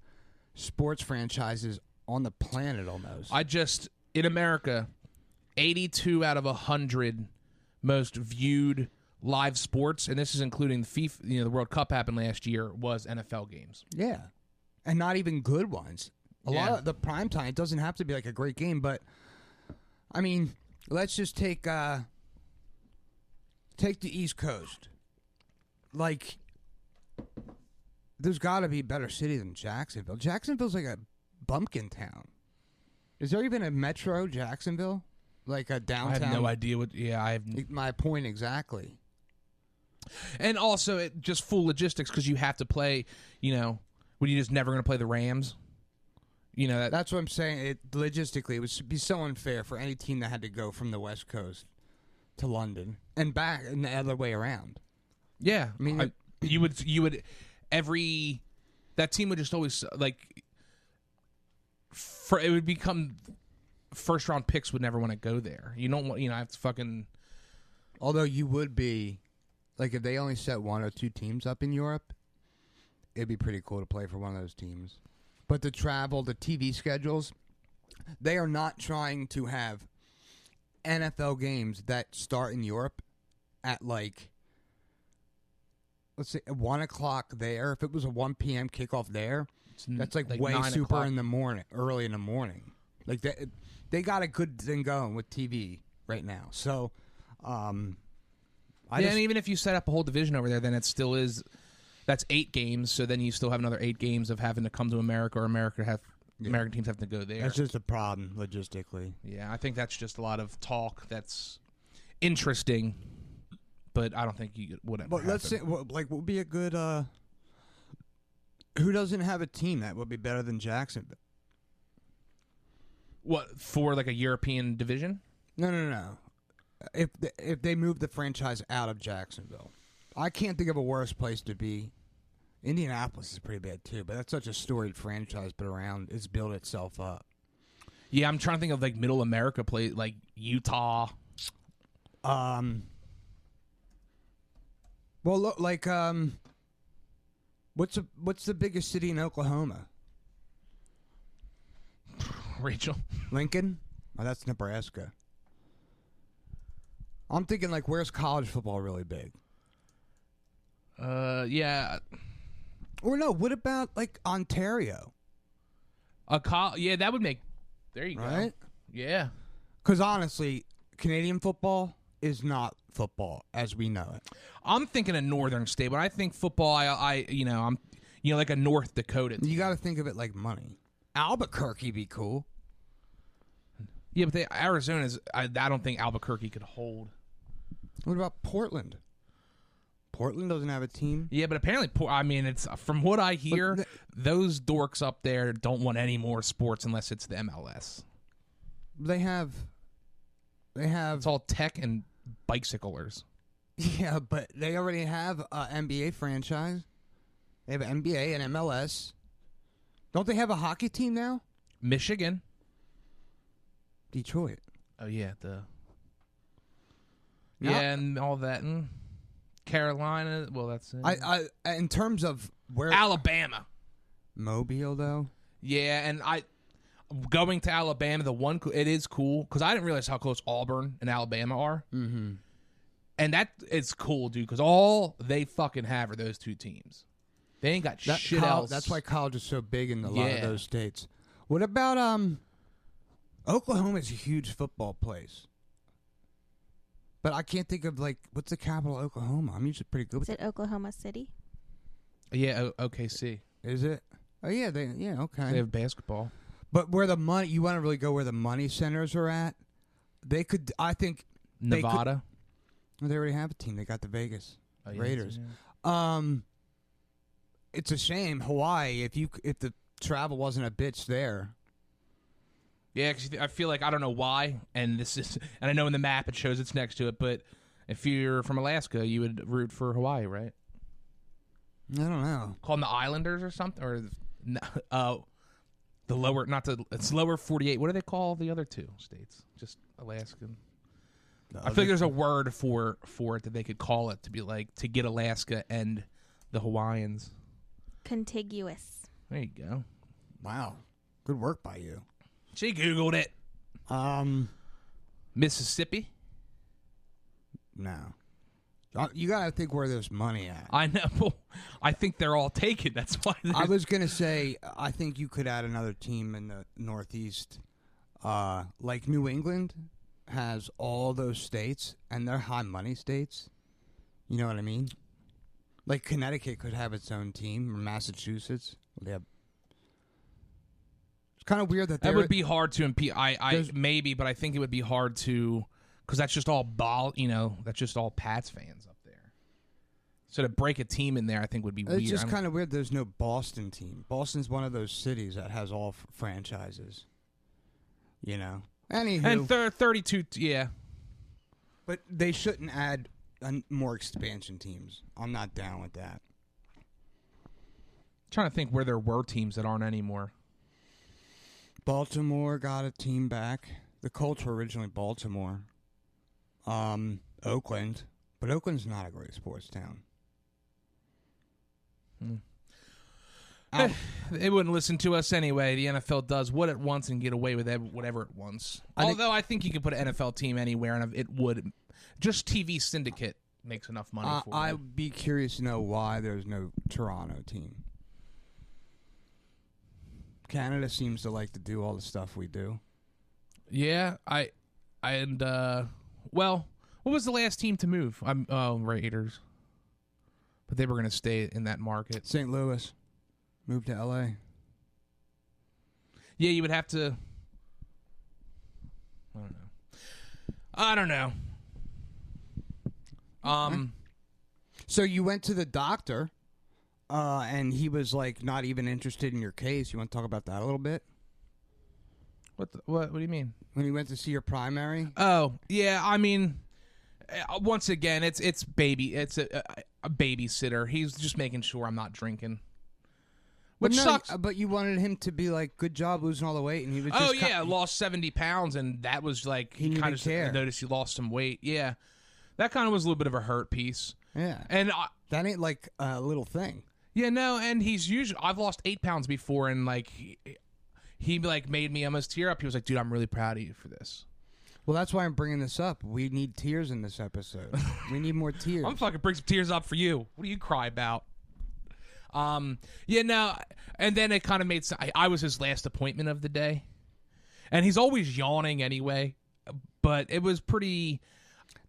S2: sports franchises on the planet almost?
S1: I just in America, eighty-two out of hundred most viewed live sports, and this is including the FIFA. You know, the World Cup happened last year was NFL games.
S2: yeah. And not even good ones. A
S1: Yeah.
S2: lot of the prime time, it doesn't have to be like a great game, but I mean, let's just take uh take the East Coast. Like there's got to be a better city than Jacksonville. Jacksonville's like a bumpkin town. Is there even a metro Jacksonville? Like a
S1: I
S2: downtown?
S1: have no idea what. Yeah, I have.
S2: My point exactly.
S1: And also, it just full logistics because you have to play. You know, when you're just never going to play the Rams. You know that.
S2: That's what I'm saying. It logistically, it would be so unfair for any team that had to go from the West Coast to London and back, and the other way around.
S1: Yeah, I
S2: mean, it-
S1: you would you would every that team would just always like for it would become first round picks would never want to go there. You don't want you know I have to fucking
S2: Although you would be, like, if they only set one or two teams up in Europe, it'd be pretty cool to play for one of those teams. But the travel, the TV schedules, they are not trying to have NFL games that start in Europe at like. Let's say one o'clock there. If it was a one p.m. kickoff there,
S1: it's n-
S2: That's Mm-hmm. like, way
S1: nine
S2: super
S1: o'clock.
S2: in the morning, early in the morning. Like they, they got a good thing going with TV right now. So, um, I
S1: yeah,
S2: just,
S1: and even if you set up a whole division over there, then it still is that's eight games. So then you still have another eight games of having to come to America or America have American teams have to go there.
S2: that's just a problem logistically.
S1: yeah, I think that's just a lot of talk that's interesting, but I don't think you would.
S2: But let's say, what, like, what would be a good? uh Who doesn't have a team that would be better than Jacksonville?
S1: what for like a European division.
S2: No, no, no. If the, if they move the franchise out of Jacksonville, I can't think of a worse place to be. Indianapolis is pretty bad too, but that's such a storied franchise. But around, it's built itself up.
S1: Yeah, I'm trying to think of like Middle America play like Utah.
S2: Um. Well, look, like, um, what's a, what's the biggest city in Oklahoma?
S1: Rachel,
S2: Lincoln? Oh, that's Nebraska. I'm thinking like, where's college football really big?
S1: uh, yeah,
S2: Or no, what about like Ontario?
S1: a col- yeah, that would make. There you go.
S2: Right?
S1: Yeah,
S2: Because honestly, Canadian football is not football as we know it.
S1: I'm thinking a northern state, but I think football. I, I, you know, I'm, you know, like a North Dakota.
S2: You got to think of it like money. Albuquerque be cool.
S1: Yeah, but they, Arizona's. I, I don't think Albuquerque could hold.
S2: What about Portland? Portland doesn't have a team.
S1: Yeah, but apparently, Po- I mean, it's from what I hear,
S2: the-
S1: those dorks up there don't want any more sports unless it's the MLS.
S2: they have they have
S1: It's all tech and bicyclers.
S2: yeah but they already have a nba franchise they have nba and mls don't they have a hockey team now
S1: Michigan.
S2: detroit
S1: Oh yeah, the
S2: Yeah.
S1: yeah, and all that. And Carolina. Well, that's it.
S2: i i in terms of where
S1: Alabama.
S2: mobile though
S1: Yeah, and I going to Alabama. The one co- it is cool because I didn't realize how close Auburn and Alabama are. Mm-hmm. And that it's cool, dude. Because all they fucking have are those two teams. They ain't got
S2: that
S1: shit
S2: col-
S1: else.
S2: that's why college is so big in a lot of
S1: Yeah.
S2: those states what about um oklahoma's a huge football place but I can't think of like what's the capital of Oklahoma. I'm usually pretty good
S3: Is
S2: with.
S3: it Oklahoma City?
S1: Yeah. O- OKC.
S2: Is it? Oh yeah, they yeah okay.
S1: They have basketball.
S2: But where the money, you want to really go where the money centers are at. They could, I think, They could-
S1: Nevada.
S2: they already have a team. They got the Vegas.
S1: Oh, yeah,
S2: Raiders.
S1: yeah.
S2: Um, it's a shame Hawaii. If you if the travel wasn't a bitch there,
S1: Yeah, because I feel like I don't know why, and this is, and I know in the map it shows it's next to it, but if you're from Alaska, you would root for Hawaii, right?
S2: I don't know.
S1: Call them the Islanders or something, or no, uh, the lower, not the it's lower forty-eight. What do they call the other two states? Just Alaskan. I feel like there's a word for for it that they could call it to be like to get Alaska and the Hawaiians.
S3: Contiguous.
S1: There you go.
S2: Wow, good work by you.
S1: She googled it.
S2: Um,
S1: Mississippi.
S2: no, Uh, you gotta think where there's money at.
S1: I know. I think they're all taken. That's why.
S2: I
S1: there's-
S2: was gonna say, I think you could add another team in the Northeast, uh, like New England has all those states, and they're high money states. You know what I mean? Like Connecticut could have its own team, or Massachusetts. They have. It's kind of weird that
S1: that
S2: there
S1: would be hard to impede. I, I
S2: there's-
S1: maybe, but I think it would be hard to because that's just all ball. You know, that's just all Pats fans up there. So to break a team in there, I think would be weird. I
S2: It's just
S1: don't-
S2: kind of weird. There's no Boston team. Boston's one of those cities that has all f- franchises. You know. Anywho,
S1: and thir- thirty-two. t- Yeah,
S2: but they shouldn't add an, more expansion teams. I'm not down with that.
S1: trying to think where there were teams that aren't anymore.
S2: Baltimore got a team back. The Colts were originally Baltimore. Um, Oakland, but Oakland's not a great sports town. Out-
S1: They wouldn't listen to us anyway. The NFL does what it wants and get away with ev- whatever it wants.
S2: I think-
S1: Although I think you could put an NFL team anywhere and it would. Just TV syndicate makes enough money
S2: Uh, I,
S1: for it.
S2: I'd be curious to know why there's no Toronto team. Canada seems to like to do all the stuff we do.
S1: Yeah, I, I and uh, well, what was the last team to move? I'm oh Raiders, but they were going to stay in that market.
S2: St. Louis moved to LA.
S1: Yeah, you would have to. I don't know. I don't know. Um,
S2: So you went to the doctor, uh, and he was like not even interested in your case. You want to talk about that a little bit?
S1: what the, what what do you mean?
S2: When you went to see your primary,
S1: Oh yeah, I mean, uh, once again, it's it's baby, it's a, a, a babysitter. He's just making sure I'm not drinking,
S2: But
S1: which
S2: no,
S1: sucks.
S2: But you wanted him to be like, "Good job losing all the weight," and he was.
S1: Oh
S2: just ki-
S1: yeah, lost seventy pounds, and that was like
S2: He
S1: he,
S2: didn't
S1: kind
S2: even
S1: of
S2: care.
S1: noticed he lost some weight. Yeah, that kind of was a little bit of a hurt piece,
S2: yeah.
S1: and I,
S2: That ain't like a little thing.
S1: yeah, no, and he's usually I've lost eight pounds before, and like he, he like made me almost tear up. He was like, "Dude, I'm really proud of you for this."
S2: Well, that's why I'm bringing this up. We need tears in this episode. we need more tears.
S1: I'm fucking bring some tears up for you. What do you cry about? Um, yeah, no, and then it kind of made. s- I, I was his last appointment of the day, and he's always yawning anyway. But it was pretty.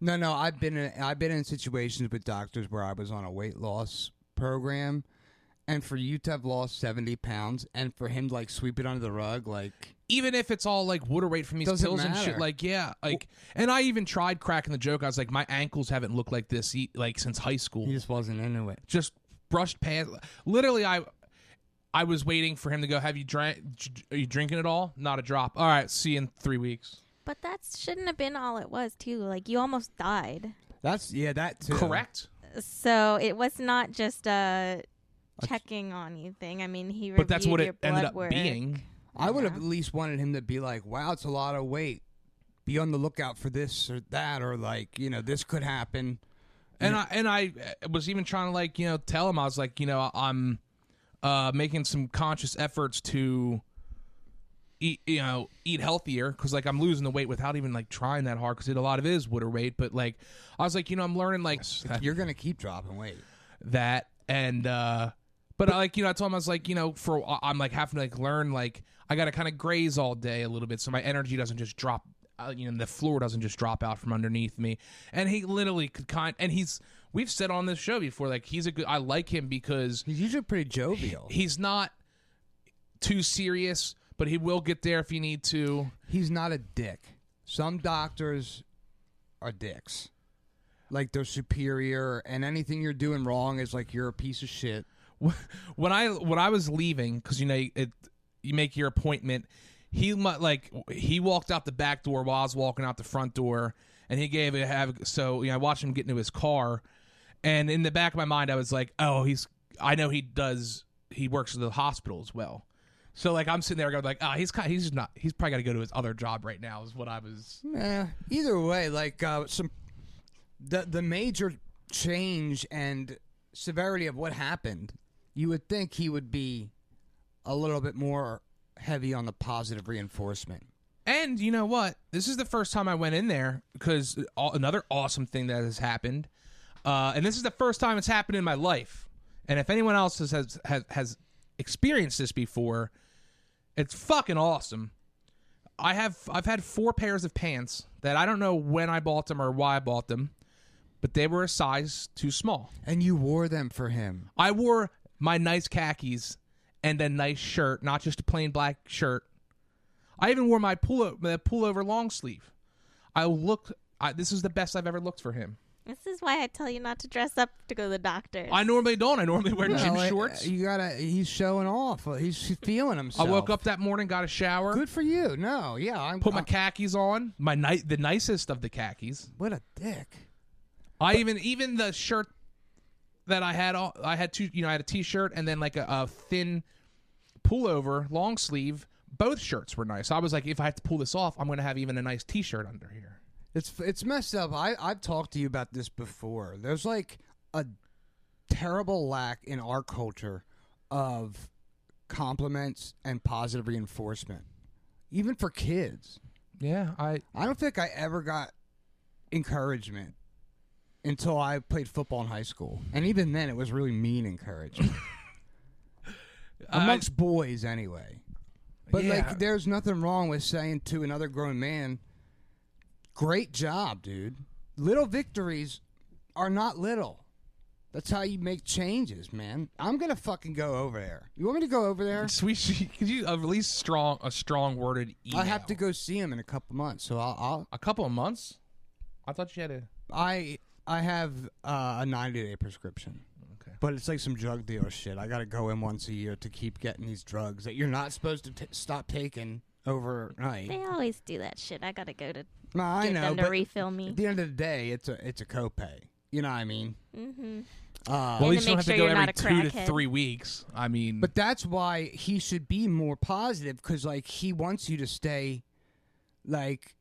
S2: No, no, I've been in, I've been in situations with doctors where I was on a weight loss program, and for you to have lost seventy pounds, and for him to like sweep it under the rug, like
S1: even if it's all like water weight from these
S2: Doesn't
S1: pills and
S2: matter.
S1: shit like yeah like and i even tried cracking the joke i was like my ankles haven't looked like this e- like since high school
S2: he just wasn't into it.
S1: just brushed past literally i i was waiting for him to go have you drank j- are you drinking at all not a drop all right see you in three weeks
S3: But that shouldn't have been all it was, too. Like, you almost died.
S2: That's yeah, that too.
S1: correct
S3: So it was not just a checking on you thing. I mean, he reviewed
S1: but that's what
S3: your
S1: it ended
S3: blood
S1: up
S3: work.
S1: being
S2: I would have at least wanted him to be like, "Wow, it's a lot of weight. Be on the lookout for this or that, or like, you know, this could happen."
S1: and i and i uh, was even trying to like you know tell him i was like you know i'm uh making some conscious efforts to eat you know eat healthier because like i'm losing the weight without even like trying that hard because a lot of it is water weight but like i was like you know i'm learning like
S2: You're gonna keep dropping weight.
S1: that and uh but I, like you know i told him i was like you know for I- i'm like having to like learn like i gotta kind of graze all day a little bit so my energy doesn't just drop uh, you know the floor doesn't just drop out from underneath me and he literally could kind and he's we've said on this show before like he's a good i like him because
S2: He's usually pretty jovial.
S1: he's not too serious but he will get there if you need to
S2: He's not a dick. Some doctors are dicks. Like they're superior, and anything you're doing wrong is like you're a piece of shit.
S1: when I when I was leaving, because you know it, you make your appointment. He mu- like he walked out the back door while I was walking out the front door, and he gave it have. So you know, I watched him get into his car, and in the back of my mind, I was like, oh, he's. I know he does. He works at the hospital as well, So like I'm sitting there going like, ah, he's kind, he's not, he's probably got to go to his other job right now. Is what I was.
S2: Eh, either way, like uh, some the the major change and severity of what happened, you would think he would be a little bit more heavy on the positive reinforcement.
S1: And you know what? This is the first time I went in there because all, another awesome thing that has happened, uh, and this is the first time it's happened in my life. And if anyone else has has has, has experienced this before, it's fucking awesome. I have I've had four pairs of pants that I don't know when I bought them or why I bought them, but they were a size too small.
S2: And you wore them for him.
S1: I wore my nice khakis and a nice shirt, not just a plain black shirt. I even wore my pull my pullover long sleeve. I looked. I, this is the best I've ever looked for him.
S3: This is why I tell you not to dress up to go to the doctor.
S1: I normally don't. I normally wear
S2: You
S1: gym
S2: know, I-
S1: shorts.
S2: eh, You gotta. He's showing off. He's feeling
S1: I
S2: himself.
S1: woke up that morning, got a shower,
S2: Good for you. No, yeah. I'm. uh,
S1: put my
S2: I'm-
S1: khakis on, my ni- the nicest of the khakis.
S2: what a dick.
S1: I even even the shirt that I had on, I had two, you know, I had a t-shirt and then like a, a thin pullover, long sleeve. Both shirts were nice. I was like, if I have to pull this off, I'm gonna have even a nice t-shirt under here.
S2: It's it's messed up. I I've talked to you about this before. There's like a terrible lack in our culture of compliments and positive reinforcement, even for kids.
S1: Yeah, I
S2: I don't think I ever got encouragement until I played football in high school, and even then, it was really mean encouragement amongst boys, anyway. But
S1: Yeah.
S2: like, there's nothing wrong with saying to another grown man, "Great job, dude." Little victories are not little. That's how you make changes, man. I'm gonna fucking go over there. You want me to go over there?
S1: sweet. Could you uh, release strong a strong worded email?
S2: I have to go see him in a couple months, so I'll. I'll
S1: a couple of months. I thought you had a
S3: Uh,
S2: I I have uh, a 90 day prescription.
S1: Okay.
S2: But it's like some drug dealer shit. I gotta go in once a year to keep getting these drugs that you're not supposed to t- stop taking overnight.
S3: They always do that shit. I gotta go to
S2: No, I
S3: get
S2: know.
S3: them to
S2: But
S3: refill me.
S2: at the end of the day, it's a it's a copay. You know what I mean?
S3: Mm-hmm.
S2: Uh,
S1: Well, at
S3: And
S1: least
S3: to
S1: you don't
S3: make
S1: have
S3: sure
S1: to go
S3: you're
S1: every
S3: not a
S1: two to
S3: crackhead.
S1: three weeks. I mean,
S2: But that's why he should be more positive because, like, he wants you to stay, like,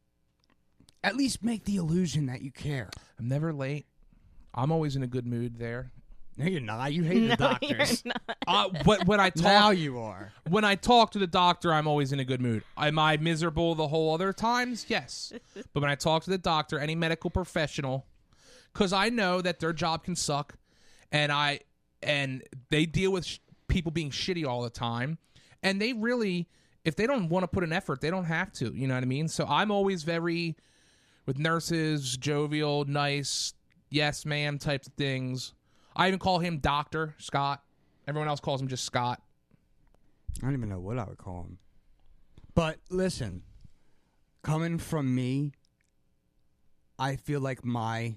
S2: at least make the illusion that you care.
S1: I'm never late. I'm always in a good mood there.
S2: No, you're not. You hate the doctors.
S1: Uh, but when I
S2: Now
S1: talk
S2: you are.
S1: when I talk to the doctor, I'm always in a good mood. Am I miserable the whole other times? Yes. but when I talk to the doctor, any medical professional, because I know that their job can suck, and I and they deal with sh- people being shitty all the time, and they really, if they don't want to put an effort, they don't have to. You know what I mean? So I'm always very with nurses, jovial, nice, yes ma'am types of things. I even call him Doctor Scott. Everyone else calls him just Scott.
S2: I don't even know what I would call him. But listen, coming from me, I feel like my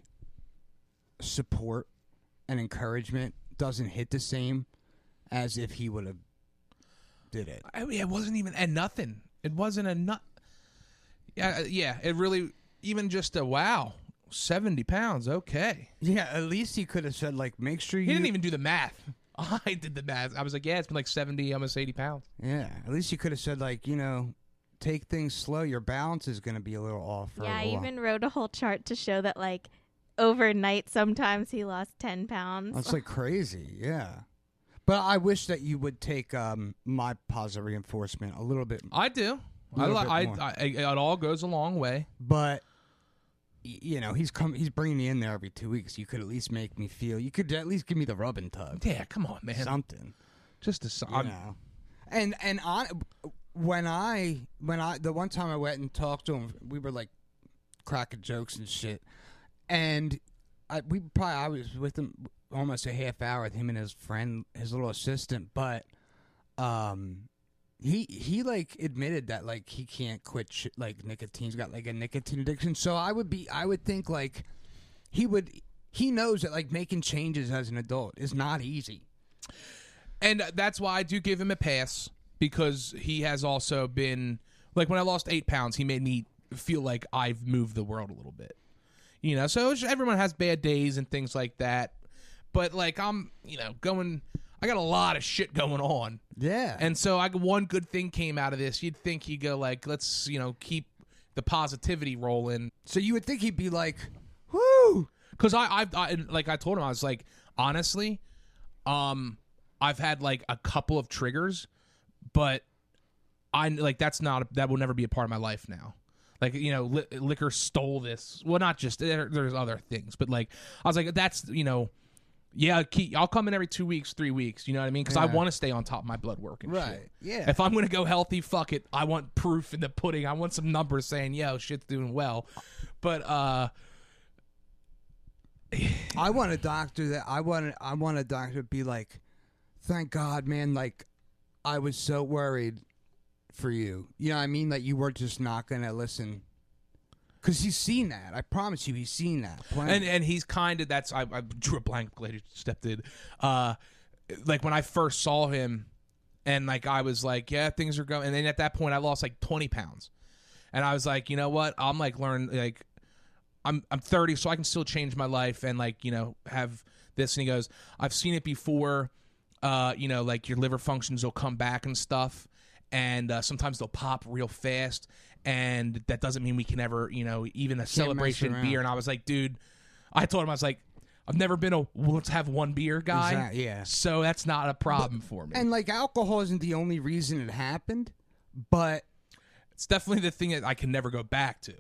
S2: support and encouragement doesn't hit the same as if he would have did it.
S1: I mean, it wasn't even and nothing. It wasn't a nut. Yeah, uh, yeah. It really even just a wow, seventy pounds. Okay,
S2: Yeah, at least he could have said like, make sure you
S1: he didn't even do the math. I did the math. I was like, yeah, it's been like seventy, almost eighty pounds.
S2: Yeah, at least you could have said like, you know, take things slow. Your balance is going to be a little off. For a
S3: Yeah, I
S2: little while.
S3: even wrote a whole chart to show that like overnight sometimes he lost ten pounds.
S2: That's like crazy, yeah. But I wish that you would take um, my positive reinforcement a little bit,
S1: I do. I,
S2: Little
S1: li-
S2: bit
S1: I,
S2: more.
S1: I, I it all goes a long way.
S2: but y- you know he's come, he's bringing me in there every two weeks. You could at least make me feel. You could at least give me the rub and tug,
S1: Yeah, come on, man.
S2: something.
S1: just a so-
S2: you know. And and on when I when I the one time I went and talked to him, we were like cracking jokes and shit, and I we probably I was with him almost a half hour with him and his friend, his little assistant, but um. He he like admitted that like he can't quit sh- like nicotine's got like a nicotine addiction. So I would be I would think like he would he knows that like making changes as an adult is not easy.
S1: and uh, that's why I do give him a pass because he has also been like when I lost eight pounds, he made me feel like I've moved the world a little bit, you know. So it's- everyone has bad days and things like that, but like I'm, you know, going. I got a lot of shit going on.
S2: Yeah.
S1: And so I one good thing came out of this. You'd think he'd go like, let's, you know, keep the positivity rolling.
S2: so you would think he'd be like, "Whoo!"
S1: Cause I, I've, I, and like I told him, I was like, honestly, um, I've had like a couple of triggers, but I like, that's not, that will never be a part of my life now. Like, you know, li- liquor stole this. Well, not just, there, there's other things, but like, I was like, that's, you know, yeah, keep, I'll come in every two weeks, three weeks. You know what I mean? Cause I
S2: Yeah.
S1: want to stay on top of my blood work and shit.
S2: Right. Yeah.
S1: If I'm gonna go healthy, fuck it. I want proof in the pudding. I want some numbers saying, "Yo, shit's doing well." But uh,
S2: I want a doctor that I want. a- I want a doctor to be like, "Thank God, man! Like, I was so worried for you. You know what I mean? Like, you were just not gonna listen." Because he's seen that. I promise you, he's seen that. plenty.
S1: and and he's kind of that's I, I drew a blank. Glad you stepped in. Uh, like when I first saw him, and like I was like, "Yeah, things are going." And then at that point, I lost like 20 pounds, and I was like, "You know what? I'm like learn like." I'm I'm 30, so I can still change my life and like you know have this. And he goes, I've seen it before. Uh, you know, like your liver functions will come back and stuff, and uh, sometimes they'll pop real fast. And that doesn't mean we can ever, you know, even a celebration
S2: around.
S1: beer. And I was like, dude, I told him I was like, I've never been a let's have one beer guy.
S2: Exact- yeah.
S1: So that's not a problem for me.
S2: and like, alcohol isn't the only reason it happened, but
S1: it's definitely the thing that I can never go back to.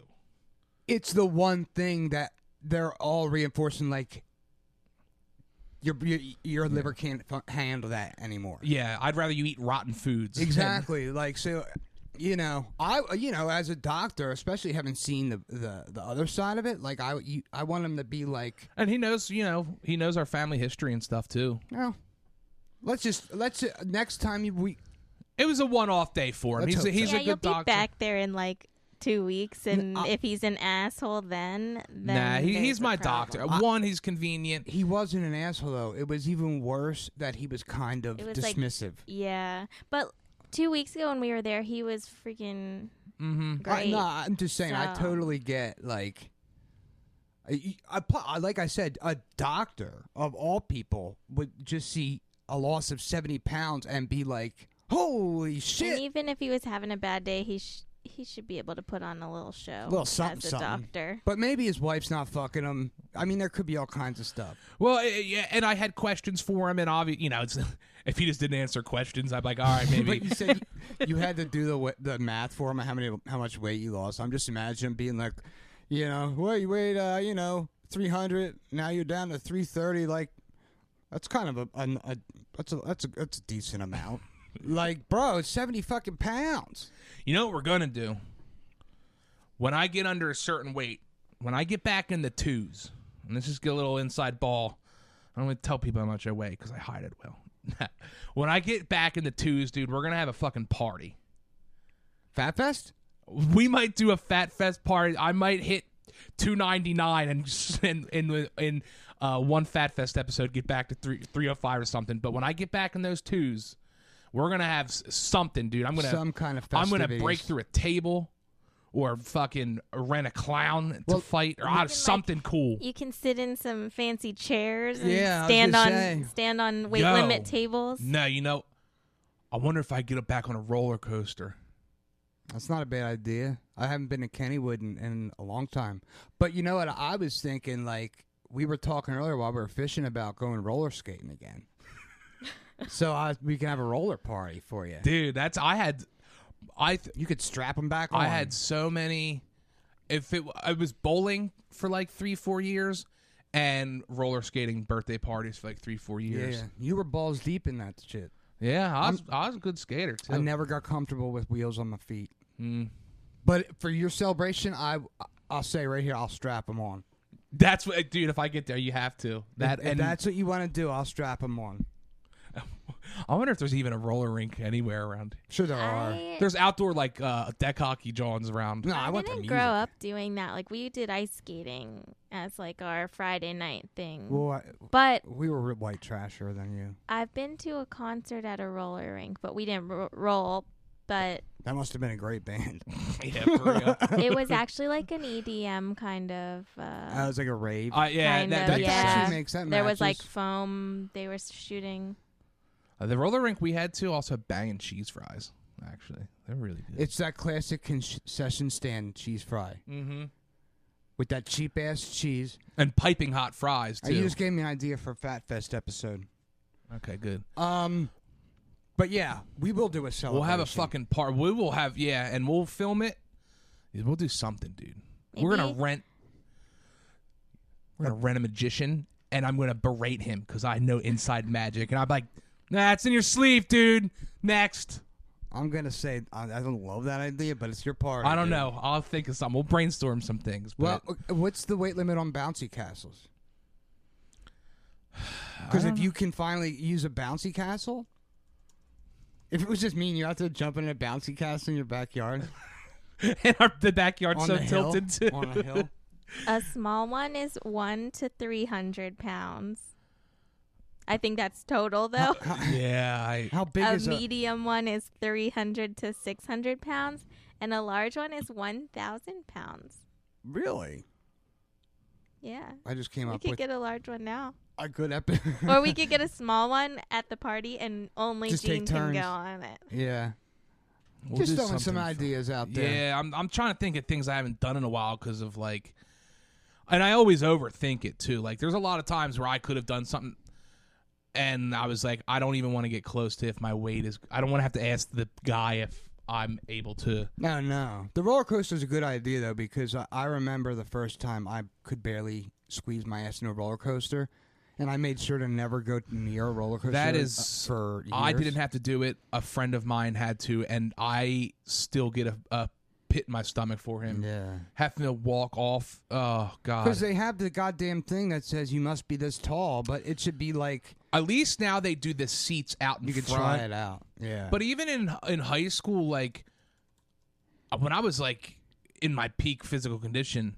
S2: it's the one thing that they're all reinforcing. Like, your your, your liver can't fu- handle that anymore.
S1: Yeah, I'd rather you eat rotten foods. than-
S2: Exactly. like so, you know, I you know as a doctor, especially having seen the the, the other side of it, like I you, I want him to be like,
S1: And he knows, you know, he knows our family history and stuff too.
S2: no, let's just let's uh, next time you- we
S1: It was a one-off day for him.
S2: Let's
S1: he's a,
S2: hope so.
S1: he's
S3: yeah,
S1: a good
S3: you'll
S1: doctor. uh
S3: be back there in like two weeks, and
S2: I-
S3: if he's an asshole, then, then
S1: Nah, he,
S3: there's
S1: he's
S3: a
S1: my
S3: problem.
S1: doctor. One, he's convenient.
S2: he wasn't an asshole though. It was even worse that he was kind of
S3: It was, like,
S2: dismissive.
S3: Yeah, but two weeks ago when we were there, he was freaking
S1: Mm-hmm.
S3: great.
S2: I, no, I'm just saying. I
S3: So-
S2: totally get like. I, I pu- I- like I said, a doctor of all people would just see a loss of seventy pounds and be like, "Holy
S3: and
S2: shit!"
S3: even if he was having a bad day, he sh- he should be able to put on a little show.
S2: Well, something,
S3: as a
S2: something.
S3: doctor.
S2: But maybe his wife's not fucking him. I mean, there could be all kinds of stuff.
S1: Well, eh, yeah, and I had questions for him, and obviously, you know, it's, if he just didn't answer questions, I'm like, all right,
S2: But
S1: maybe.
S2: you said you, you had to do the wa- the math for him, how many, how much weight you lost. I'm just imagining being like, you know, well, you weighed, uh, you know, 300. Now you're down to 330. Like, that's kind of a, an- a, that's a that's a that's a decent amount. Like, bro, it's 70 fucking pounds.
S1: you know what we're gonna do? When I get under a certain weight, when I get back in the twos, and this is get a little inside ball. I don't want to tell people how much I weigh because I hide it well. when I get back in the twos, dude, we're gonna have a fucking party.
S2: Fat fest.
S1: we might do a fat fest party. I might hit 299 and just- and in in uh, one fat fest episode get back to three, 305 or something. But when I get back in those twos, we're gonna have s- something, dude. I'm gonna
S2: Some kind of
S1: I'm gonna
S2: festivities.
S1: break through a table. Or fucking rent a clown to
S2: Well,
S1: fight, or
S3: like-
S1: something cool.
S3: You can sit in some fancy chairs and
S2: Yeah, I was
S3: stand
S2: gonna
S3: on
S2: say.
S3: stand on weight
S1: Yo.
S3: limit tables.
S1: No, you know, I wonder if I get up back on a roller coaster.
S2: That's not a bad idea. I haven't been to Kennywood in, in a long time. But you know what? I was thinking, like, we were talking earlier while we were fishing about going roller skating again. so I, we can have a roller party for you.
S1: Dude, that's I had, I th-
S2: You could strap them back on.
S1: I had so many. If it, I was bowling for like three, four years, and roller skating birthday parties for like three, four
S2: Yeah,
S1: years.
S2: you were balls deep in that shit.
S1: Yeah, I was, I was a good skater too.
S2: I never got comfortable with wheels on my feet.
S1: Mm.
S2: But for your celebration, I, I'll say right here, I'll strap them on.
S1: That's what, dude. If I get there, you have to. That
S2: If
S1: and
S2: that's what you want to do, I'll strap them on.
S1: I wonder if there's even a roller rink anywhere around.
S2: Sure, there are.
S3: I,
S1: There's outdoor like uh, deck hockey johns around.
S2: No, I,
S3: I,
S2: want the
S3: didn't
S2: music.
S3: grow up doing that. Like we did ice skating as like our Friday night thing.
S2: Well, I-
S3: but
S2: We were white trasher than you.
S3: I've been to a concert at a roller rink, but we didn't ro- roll. But
S2: That must have been a great band.
S1: yeah, for real.
S3: it was actually like an EDM kind of.
S2: That
S3: Uh,
S2: was like a rave.
S1: Uh, yeah,
S3: Kind
S1: that
S3: of,
S1: makes
S2: actually
S3: yeah.
S1: sense.
S2: makes that
S3: there was like
S2: matches.
S3: foam they were shooting.
S1: Uh, the roller rink we had too also had banging cheese fries. Actually, they're really good.
S2: It's that classic concession stand cheese fry
S1: mm-hmm.
S2: with that cheap ass cheese.
S1: And piping hot fries
S2: Uh, You
S1: too.
S2: just gave me an idea for a Fat Fest episode.
S1: okay, good.
S2: Um, but yeah, we will do a celebration.
S1: We'll have a fucking part. We will have yeah, and we'll film it. We'll do something, dude. We're gonna
S3: Maybe-
S1: rent. We're gonna rent a magician, and I'm gonna berate him because I know inside magic, and I'm like, "Nah, it's in your sleeve, dude." Next,
S2: I'm gonna say I, I don't love that idea, but it's your part.
S1: I don't know. I'll think of something. We'll brainstorm some things.
S2: Well,
S1: But
S2: uh, what's the weight limit on bouncy castles? Because if you can finally use a bouncy castle, if it was just me and you have to jump in a bouncy castle in your backyard
S1: and our, the backyard's
S2: on
S1: so
S2: the hill,
S1: tilted too.
S2: on a hill.
S3: A small one is one to three hundred pounds. I think that's total though.
S1: yeah, I,
S2: How big
S3: a
S2: is a?
S3: medium one is three hundred to six hundred pounds, and a large one is one thousand pounds.
S2: Really?
S3: Yeah,
S2: I just came
S3: we
S2: up
S3: could
S2: with
S3: get a large one now,
S2: a good episode.
S3: or we could get a small one at the party, and only
S2: Just take
S3: Gene can
S2: turns.
S3: go on it.
S2: yeah,
S1: we'll
S2: just
S1: do
S2: throwing
S1: something
S2: some
S1: fun.
S2: ideas out there.
S1: Yeah, I'm I'm trying to think of things I haven't done in a while because of like, and I always overthink it too. Like, there's a lot of times where I could have done something, and I was like, I don't even want to get close to if my weight is. I don't want to have to ask the guy if I'm able to.
S2: No, no. The roller coaster is a good idea though because I, I remember the first time I could barely squeeze my ass in a roller coaster, and I made sure to never go near a roller coaster.
S1: That
S2: uh,
S1: is-
S2: for years.
S1: I didn't have to do it. A friend of mine had to, and I still get a, a pit in my stomach for him.
S2: Yeah,
S1: Having to walk off. Oh
S2: because
S1: god.
S2: they have the goddamn thing that says you must be this tall, but it should be like
S1: At least now they do the seats out in
S2: you could
S1: front.
S2: try it out. Yeah,
S1: But even in in high school, like uh, when I was like in my peak physical condition,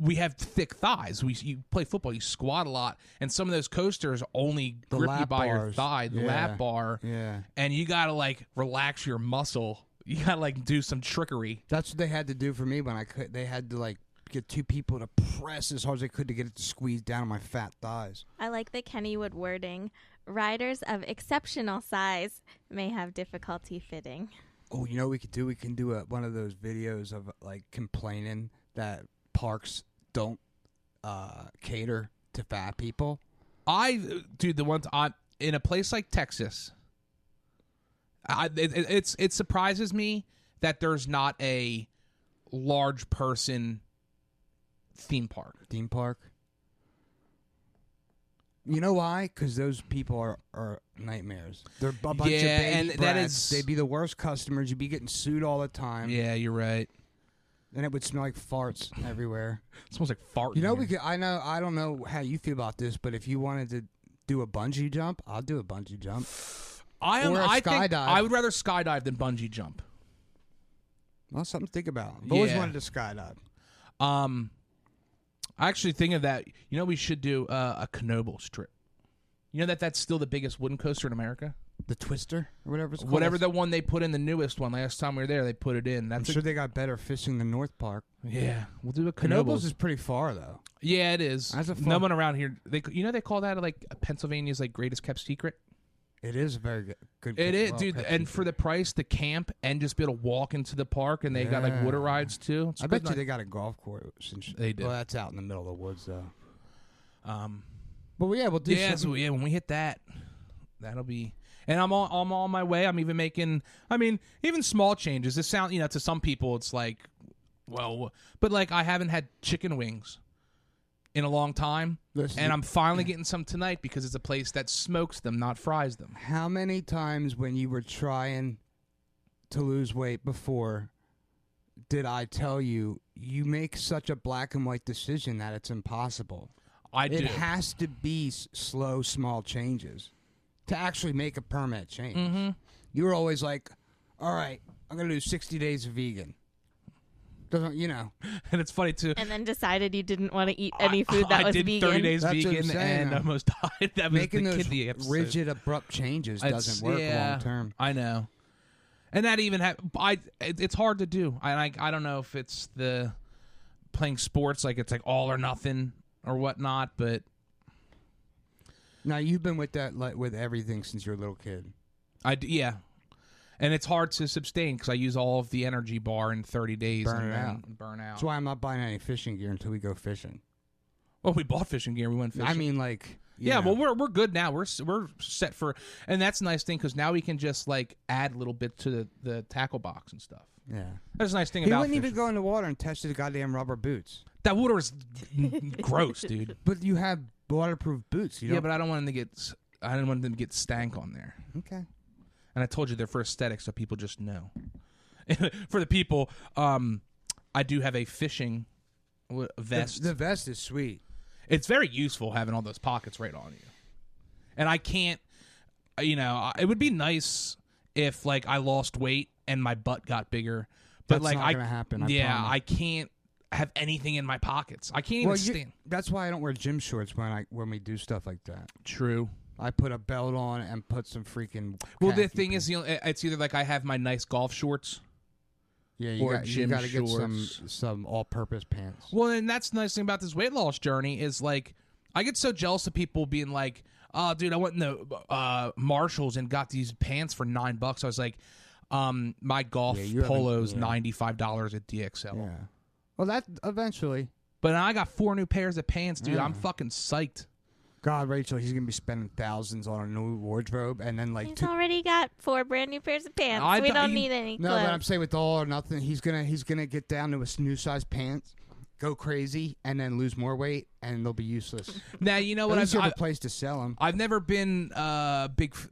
S1: we have thick thighs. We you play football, you squat a lot, and some of those coasters only
S2: The
S1: grip you
S2: lap
S1: by your
S2: bars.
S1: thigh, the
S2: Yeah.
S1: lap bar,
S2: yeah,
S1: and you gotta like relax your muscle. You gotta like do some trickery.
S2: that's what they had to do for me when I could. They had to like get two people to press as hard as they could to get it to squeeze down on my fat thighs.
S3: I like the Kennywood wording. Riders of exceptional size may have difficulty fitting.
S2: Oh, you know what we could do? We can do a, one of those videos of like complaining that parks don't uh, cater to fat people.
S1: I dude, the ones I in a place like Texas, I it, it- it's it surprises me that there's not a large person theme park.
S2: Theme park. You know why? Because those people are, are nightmares. They're a bunch of
S1: Yeah,
S2: baby
S1: and that
S2: brats.
S1: is-
S2: They'd be the worst customers. You'd be getting sued all the time.
S1: Yeah, you're right.
S2: And it would smell like farts everywhere.
S1: It smells like fart.
S2: You
S1: in
S2: know,
S1: here.
S2: we could, I know. I don't know how you feel about this, but if you wanted to do a bungee jump, I'll do a bungee jump.
S1: I am.
S2: or a
S1: I think
S2: skydive.
S1: I would rather skydive than bungee jump.
S2: Well, something to think about. I've always
S1: Yeah.
S2: wanted to skydive.
S1: Um, I actually think of that. You know, we should do uh, a Knoebels trip. You know that that's still the biggest wooden coaster in America.
S2: The Twister or whatever it's called.
S1: Whatever the one they put in the newest one last time we were there, they put it in.
S2: I'm
S1: That's a-
S2: sure they got better fishing than North Park.
S1: yeah. We'll do a
S2: Knoebels
S1: Knoebels.
S2: is pretty far though.
S1: yeah, it is.
S2: That's a fun-
S1: no one around here. They you know they call that like Pennsylvania's like greatest kept secret.
S2: It is a very good. good
S1: It is,
S2: well,
S1: dude.
S2: kept
S1: And
S2: secret.
S1: for the price, the camp, and just be able to walk into the park, and they got like water
S2: Yeah.
S1: rides too. It's
S2: I
S1: good
S2: bet you
S1: night.
S2: they got a golf course. And sh-
S1: They do.
S2: Well, that's out in the middle of the woods though.
S1: Um,
S2: But yeah, we'll do.
S1: yeah,
S2: something.
S1: so yeah, when we hit that, that'll be. And I'm on, I'm on my way. I'm even making. I mean, even small changes. This sound, you know, to some people, it's like, well, but like I haven't had chicken wings in a long time,
S2: Listen,
S1: and I'm finally getting some tonight because it's a place that smokes them, not fries them.
S2: How many times when you were trying to lose weight before did I tell you you make such a black and white decision that it's impossible?
S1: I do.
S2: It has to be s- slow, small changes to actually make a permanent change.
S1: Mm-hmm.
S2: You were always like, "All right, I'm gonna do 60 days of vegan." Doesn't you know?
S1: and it's funny too.
S3: And then decided you didn't want to eat any
S1: I-
S3: food that
S1: I,
S3: was
S1: did
S3: vegan.
S1: 30 days
S2: That's what I'm
S1: vegan
S2: saying.
S1: and almost died. That was
S2: Making
S1: the
S2: those
S1: kidney episode.
S2: rigid, abrupt changes
S1: It's-
S2: doesn't work
S1: yeah,
S2: long term.
S1: I know, and that even ha- I it, it's hard to do. I like I don't know if it's the playing sports like it's like all or nothing or whatnot, but
S2: Now you've been with that like, with everything since you were a little kid.
S1: I d- yeah, and it's hard to sustain because I use all of the energy bar in thirty days.
S2: Burn
S1: and
S2: it
S1: then
S2: out.
S1: Burn out.
S2: That's why I'm not buying any fishing gear until we go fishing.
S1: well, we bought fishing gear. We went fishing.
S2: I mean, like you
S1: yeah.
S2: know.
S1: Well, we're we're good now. We're s- we're set for, and that's a nice thing because now we can just like add a little bit to the, the tackle box and stuff.
S2: yeah.
S1: That's a nice thing
S2: He
S1: about.
S2: wouldn't even
S1: fishing.
S2: go in the water and touch his goddamn rubber boots.
S1: That water is gross, dude.
S2: But you have waterproof boots. You
S1: Yeah,
S2: don't.
S1: but I don't want them to get. s- I don't want them to get stank on there.
S2: okay.
S1: and I told you they're for aesthetic, so people just know. for the people, um, I do have a fishing w- vest.
S2: The, the vest is sweet.
S1: it's very useful having all those pockets right on you, and I can't. You know, I- it would be nice if like I lost weight and my butt got bigger, but
S2: That's
S1: like
S2: not
S1: I
S2: gonna happen, I
S1: yeah,
S2: promise.
S1: I can't have anything in my pockets. I can't
S2: Well,
S1: even
S2: you-
S1: stand.
S2: that's why I don't wear gym shorts when I when we do stuff like that.
S1: True.
S2: I put a belt on and put some freaking.
S1: Well, the
S2: khaki
S1: thing
S2: pants.
S1: is, you know, it's either like I have my nice golf shorts.
S2: yeah, you
S1: or
S2: got,
S1: gym
S2: to get some
S1: shorts.
S2: some all-purpose pants.
S1: Well, and that's the nice thing about this weight loss journey is like I get so jealous of people being like, "Oh, dude, I went in the uh, Marshalls and got these pants for nine bucks." I was like, um, "My golf
S2: Yeah, you haven't-
S1: polo's
S2: yeah.
S1: ninety five dollars at DXL,
S2: yeah. Well, that eventually.
S1: but I got four new pairs of pants, dude. I'm
S2: Yeah.
S1: fucking psyched."
S2: God, Rachel, he's gonna be spending thousands on a new wardrobe, and then like.
S3: He's
S2: two-
S3: already got four brand new pairs of pants.
S1: I
S3: we
S1: thought
S3: don't
S1: you-
S3: need any
S2: no,
S3: clothes.
S2: but I'm saying with all or nothing, he's gonna he's gonna get down to his new size pants, go crazy, and then lose more weight, and they'll be useless.
S1: Now you know
S2: At
S1: what
S2: least
S1: I've,
S2: you have
S1: I've,
S2: a place to sell them.
S1: I've never been uh, big, f-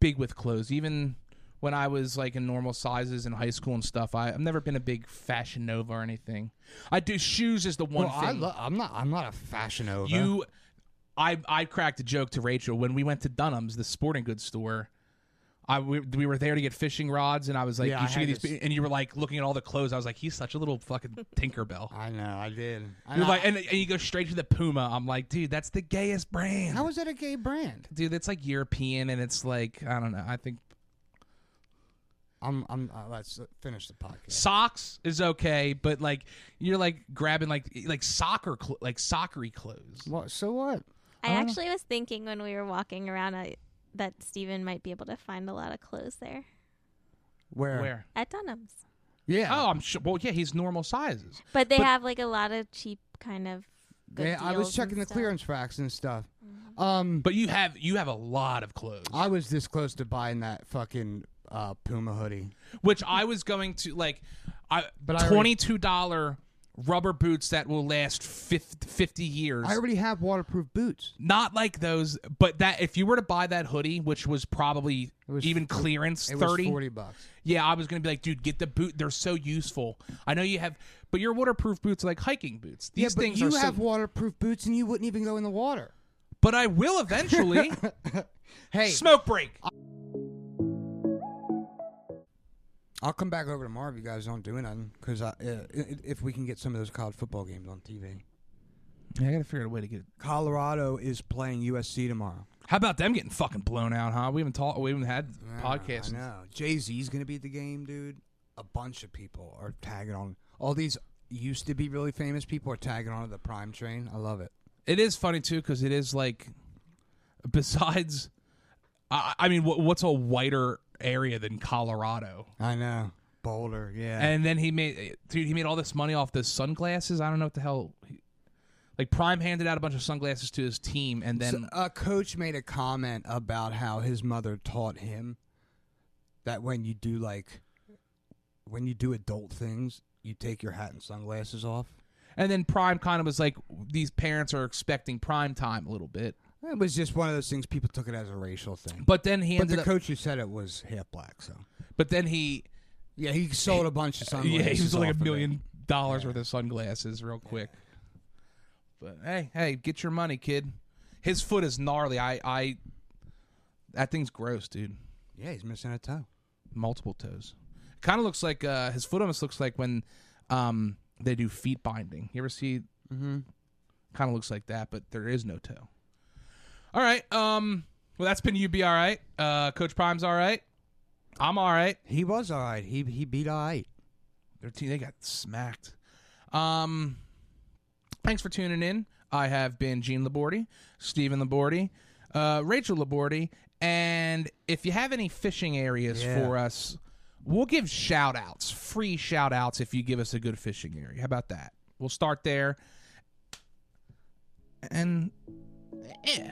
S1: big with clothes, even. When I was like in normal sizes in high school and stuff, I, I've never been a big fashion nova or anything. I do shoes is the one
S2: Well,
S1: thing.
S2: I lo- I'm not I'm not a fashion over.
S1: You, I, I cracked a joke to Rachel when we went to Dunham's, the sporting goods store. I we, we were there to get fishing rods, and I was like,
S2: Yeah, I
S1: "You should
S2: had
S1: get these."
S2: this-
S1: And you were like looking at all the clothes. I was like, "He's such a little fucking Tinkerbell."
S2: I know, I did. I
S1: You're
S2: know.
S1: like, and, and you go straight to the Puma. I'm like, dude, that's the gayest brand.
S2: How is that a gay brand?
S1: dude, it's like European, and it's like I don't know. I think
S2: I'm, I'm. Uh, let's finish the podcast.
S1: socks is okay, but like you're like grabbing like e, like soccer cl- like soccery clothes.
S2: What? So what?
S3: I actually was thinking when we were walking around I, that Steven might be able to find a lot of clothes there
S2: Where?
S1: Where?
S3: at Dunham's.
S2: Yeah.
S1: Oh, I'm sure. Well, yeah, he's normal sizes.
S3: But they
S1: But-
S3: have like a lot of cheap kind of good
S2: Yeah, I was
S3: deals and
S2: checking the
S3: stuff.
S2: clearance racks and stuff.
S1: Mm-hmm.
S2: Um,
S1: But you have you have a lot of clothes,
S2: I was this close to buying that fucking uh, Puma hoodie.
S1: which I was going to like. I
S2: But
S1: but
S2: I already-
S1: twenty two dollar rubber boots that will last 50, 50 years.
S2: I already have waterproof boots.
S1: Not like those, but that if you were to buy that hoodie, which was probably
S2: was-
S1: even clearance
S2: It was
S1: thirty,
S2: forty bucks.
S1: yeah, I was gonna be like, dude, get the boot. They're so useful. I know you have, but your waterproof boots are like hiking boots. These
S2: yeah, but
S1: things
S2: you
S1: are so-
S2: have waterproof boots, and you wouldn't even go in the water.
S1: but I will eventually.
S2: Hey,
S1: Smoke break.
S2: I'll come back over tomorrow if you guys don't do nothing. Because uh, i- if we can get some of those college football games on TV,
S1: Yeah, I gotta figure out a way to get. it.
S2: Colorado is playing USC tomorrow.
S1: How about them getting fucking blown out, huh? We haven't talked. We haven't had
S2: Yeah,
S1: podcasts.
S2: I
S1: in
S2: know. Jay Z's gonna be at the game, dude. A bunch of people are tagging on. All these used to be really famous people are tagging on to the prime train. I love it.
S1: It is funny too because it is like, besides, I, I mean, what, what's a whiter area than Colorado?
S2: I know. Boulder, yeah.
S1: And then he made, dude, he made all this money off the sunglasses. I don't know what the hell. He, like Prime handed out a bunch of sunglasses to his team, and then
S2: So, a coach made a comment about how his mother taught him that when you do like when you do adult things, you take your hat and sunglasses off.
S1: and then Prime kind of was like, these parents are expecting prime time a little bit.
S2: It was just one of those things people took it as a racial thing.
S1: But then he
S2: But
S1: ended
S2: the
S1: up.
S2: coach who said it was half black, so
S1: but then he,
S2: yeah, he sold a bunch of sunglasses.
S1: yeah, he was like
S2: off
S1: a
S2: of it.
S1: million dollars worth of sunglasses real quick. But hey, hey, get your money, kid. His foot is gnarly. I, I, that thing's gross, dude.
S2: Yeah, he's missing a toe.
S1: Multiple toes. Kind of looks like uh, his foot almost looks like when um, they do feet binding. You ever see? Kind of looks like that, but there is no toe. All right. Um. Well, that's been UB. All right. Uh, Coach Prime's all right. I'm all right.
S2: He was all right. He he beat all right.
S1: Their team they got smacked. Um thanks for tuning in. I have been Gene Labordi, Stephen Labordi, uh, Rachel Labordi. And if you have any fishing areas
S2: Yeah.
S1: for us, we'll give shout outs, free shout outs if you give us a good fishing area. How about that? We'll start there. And yeah.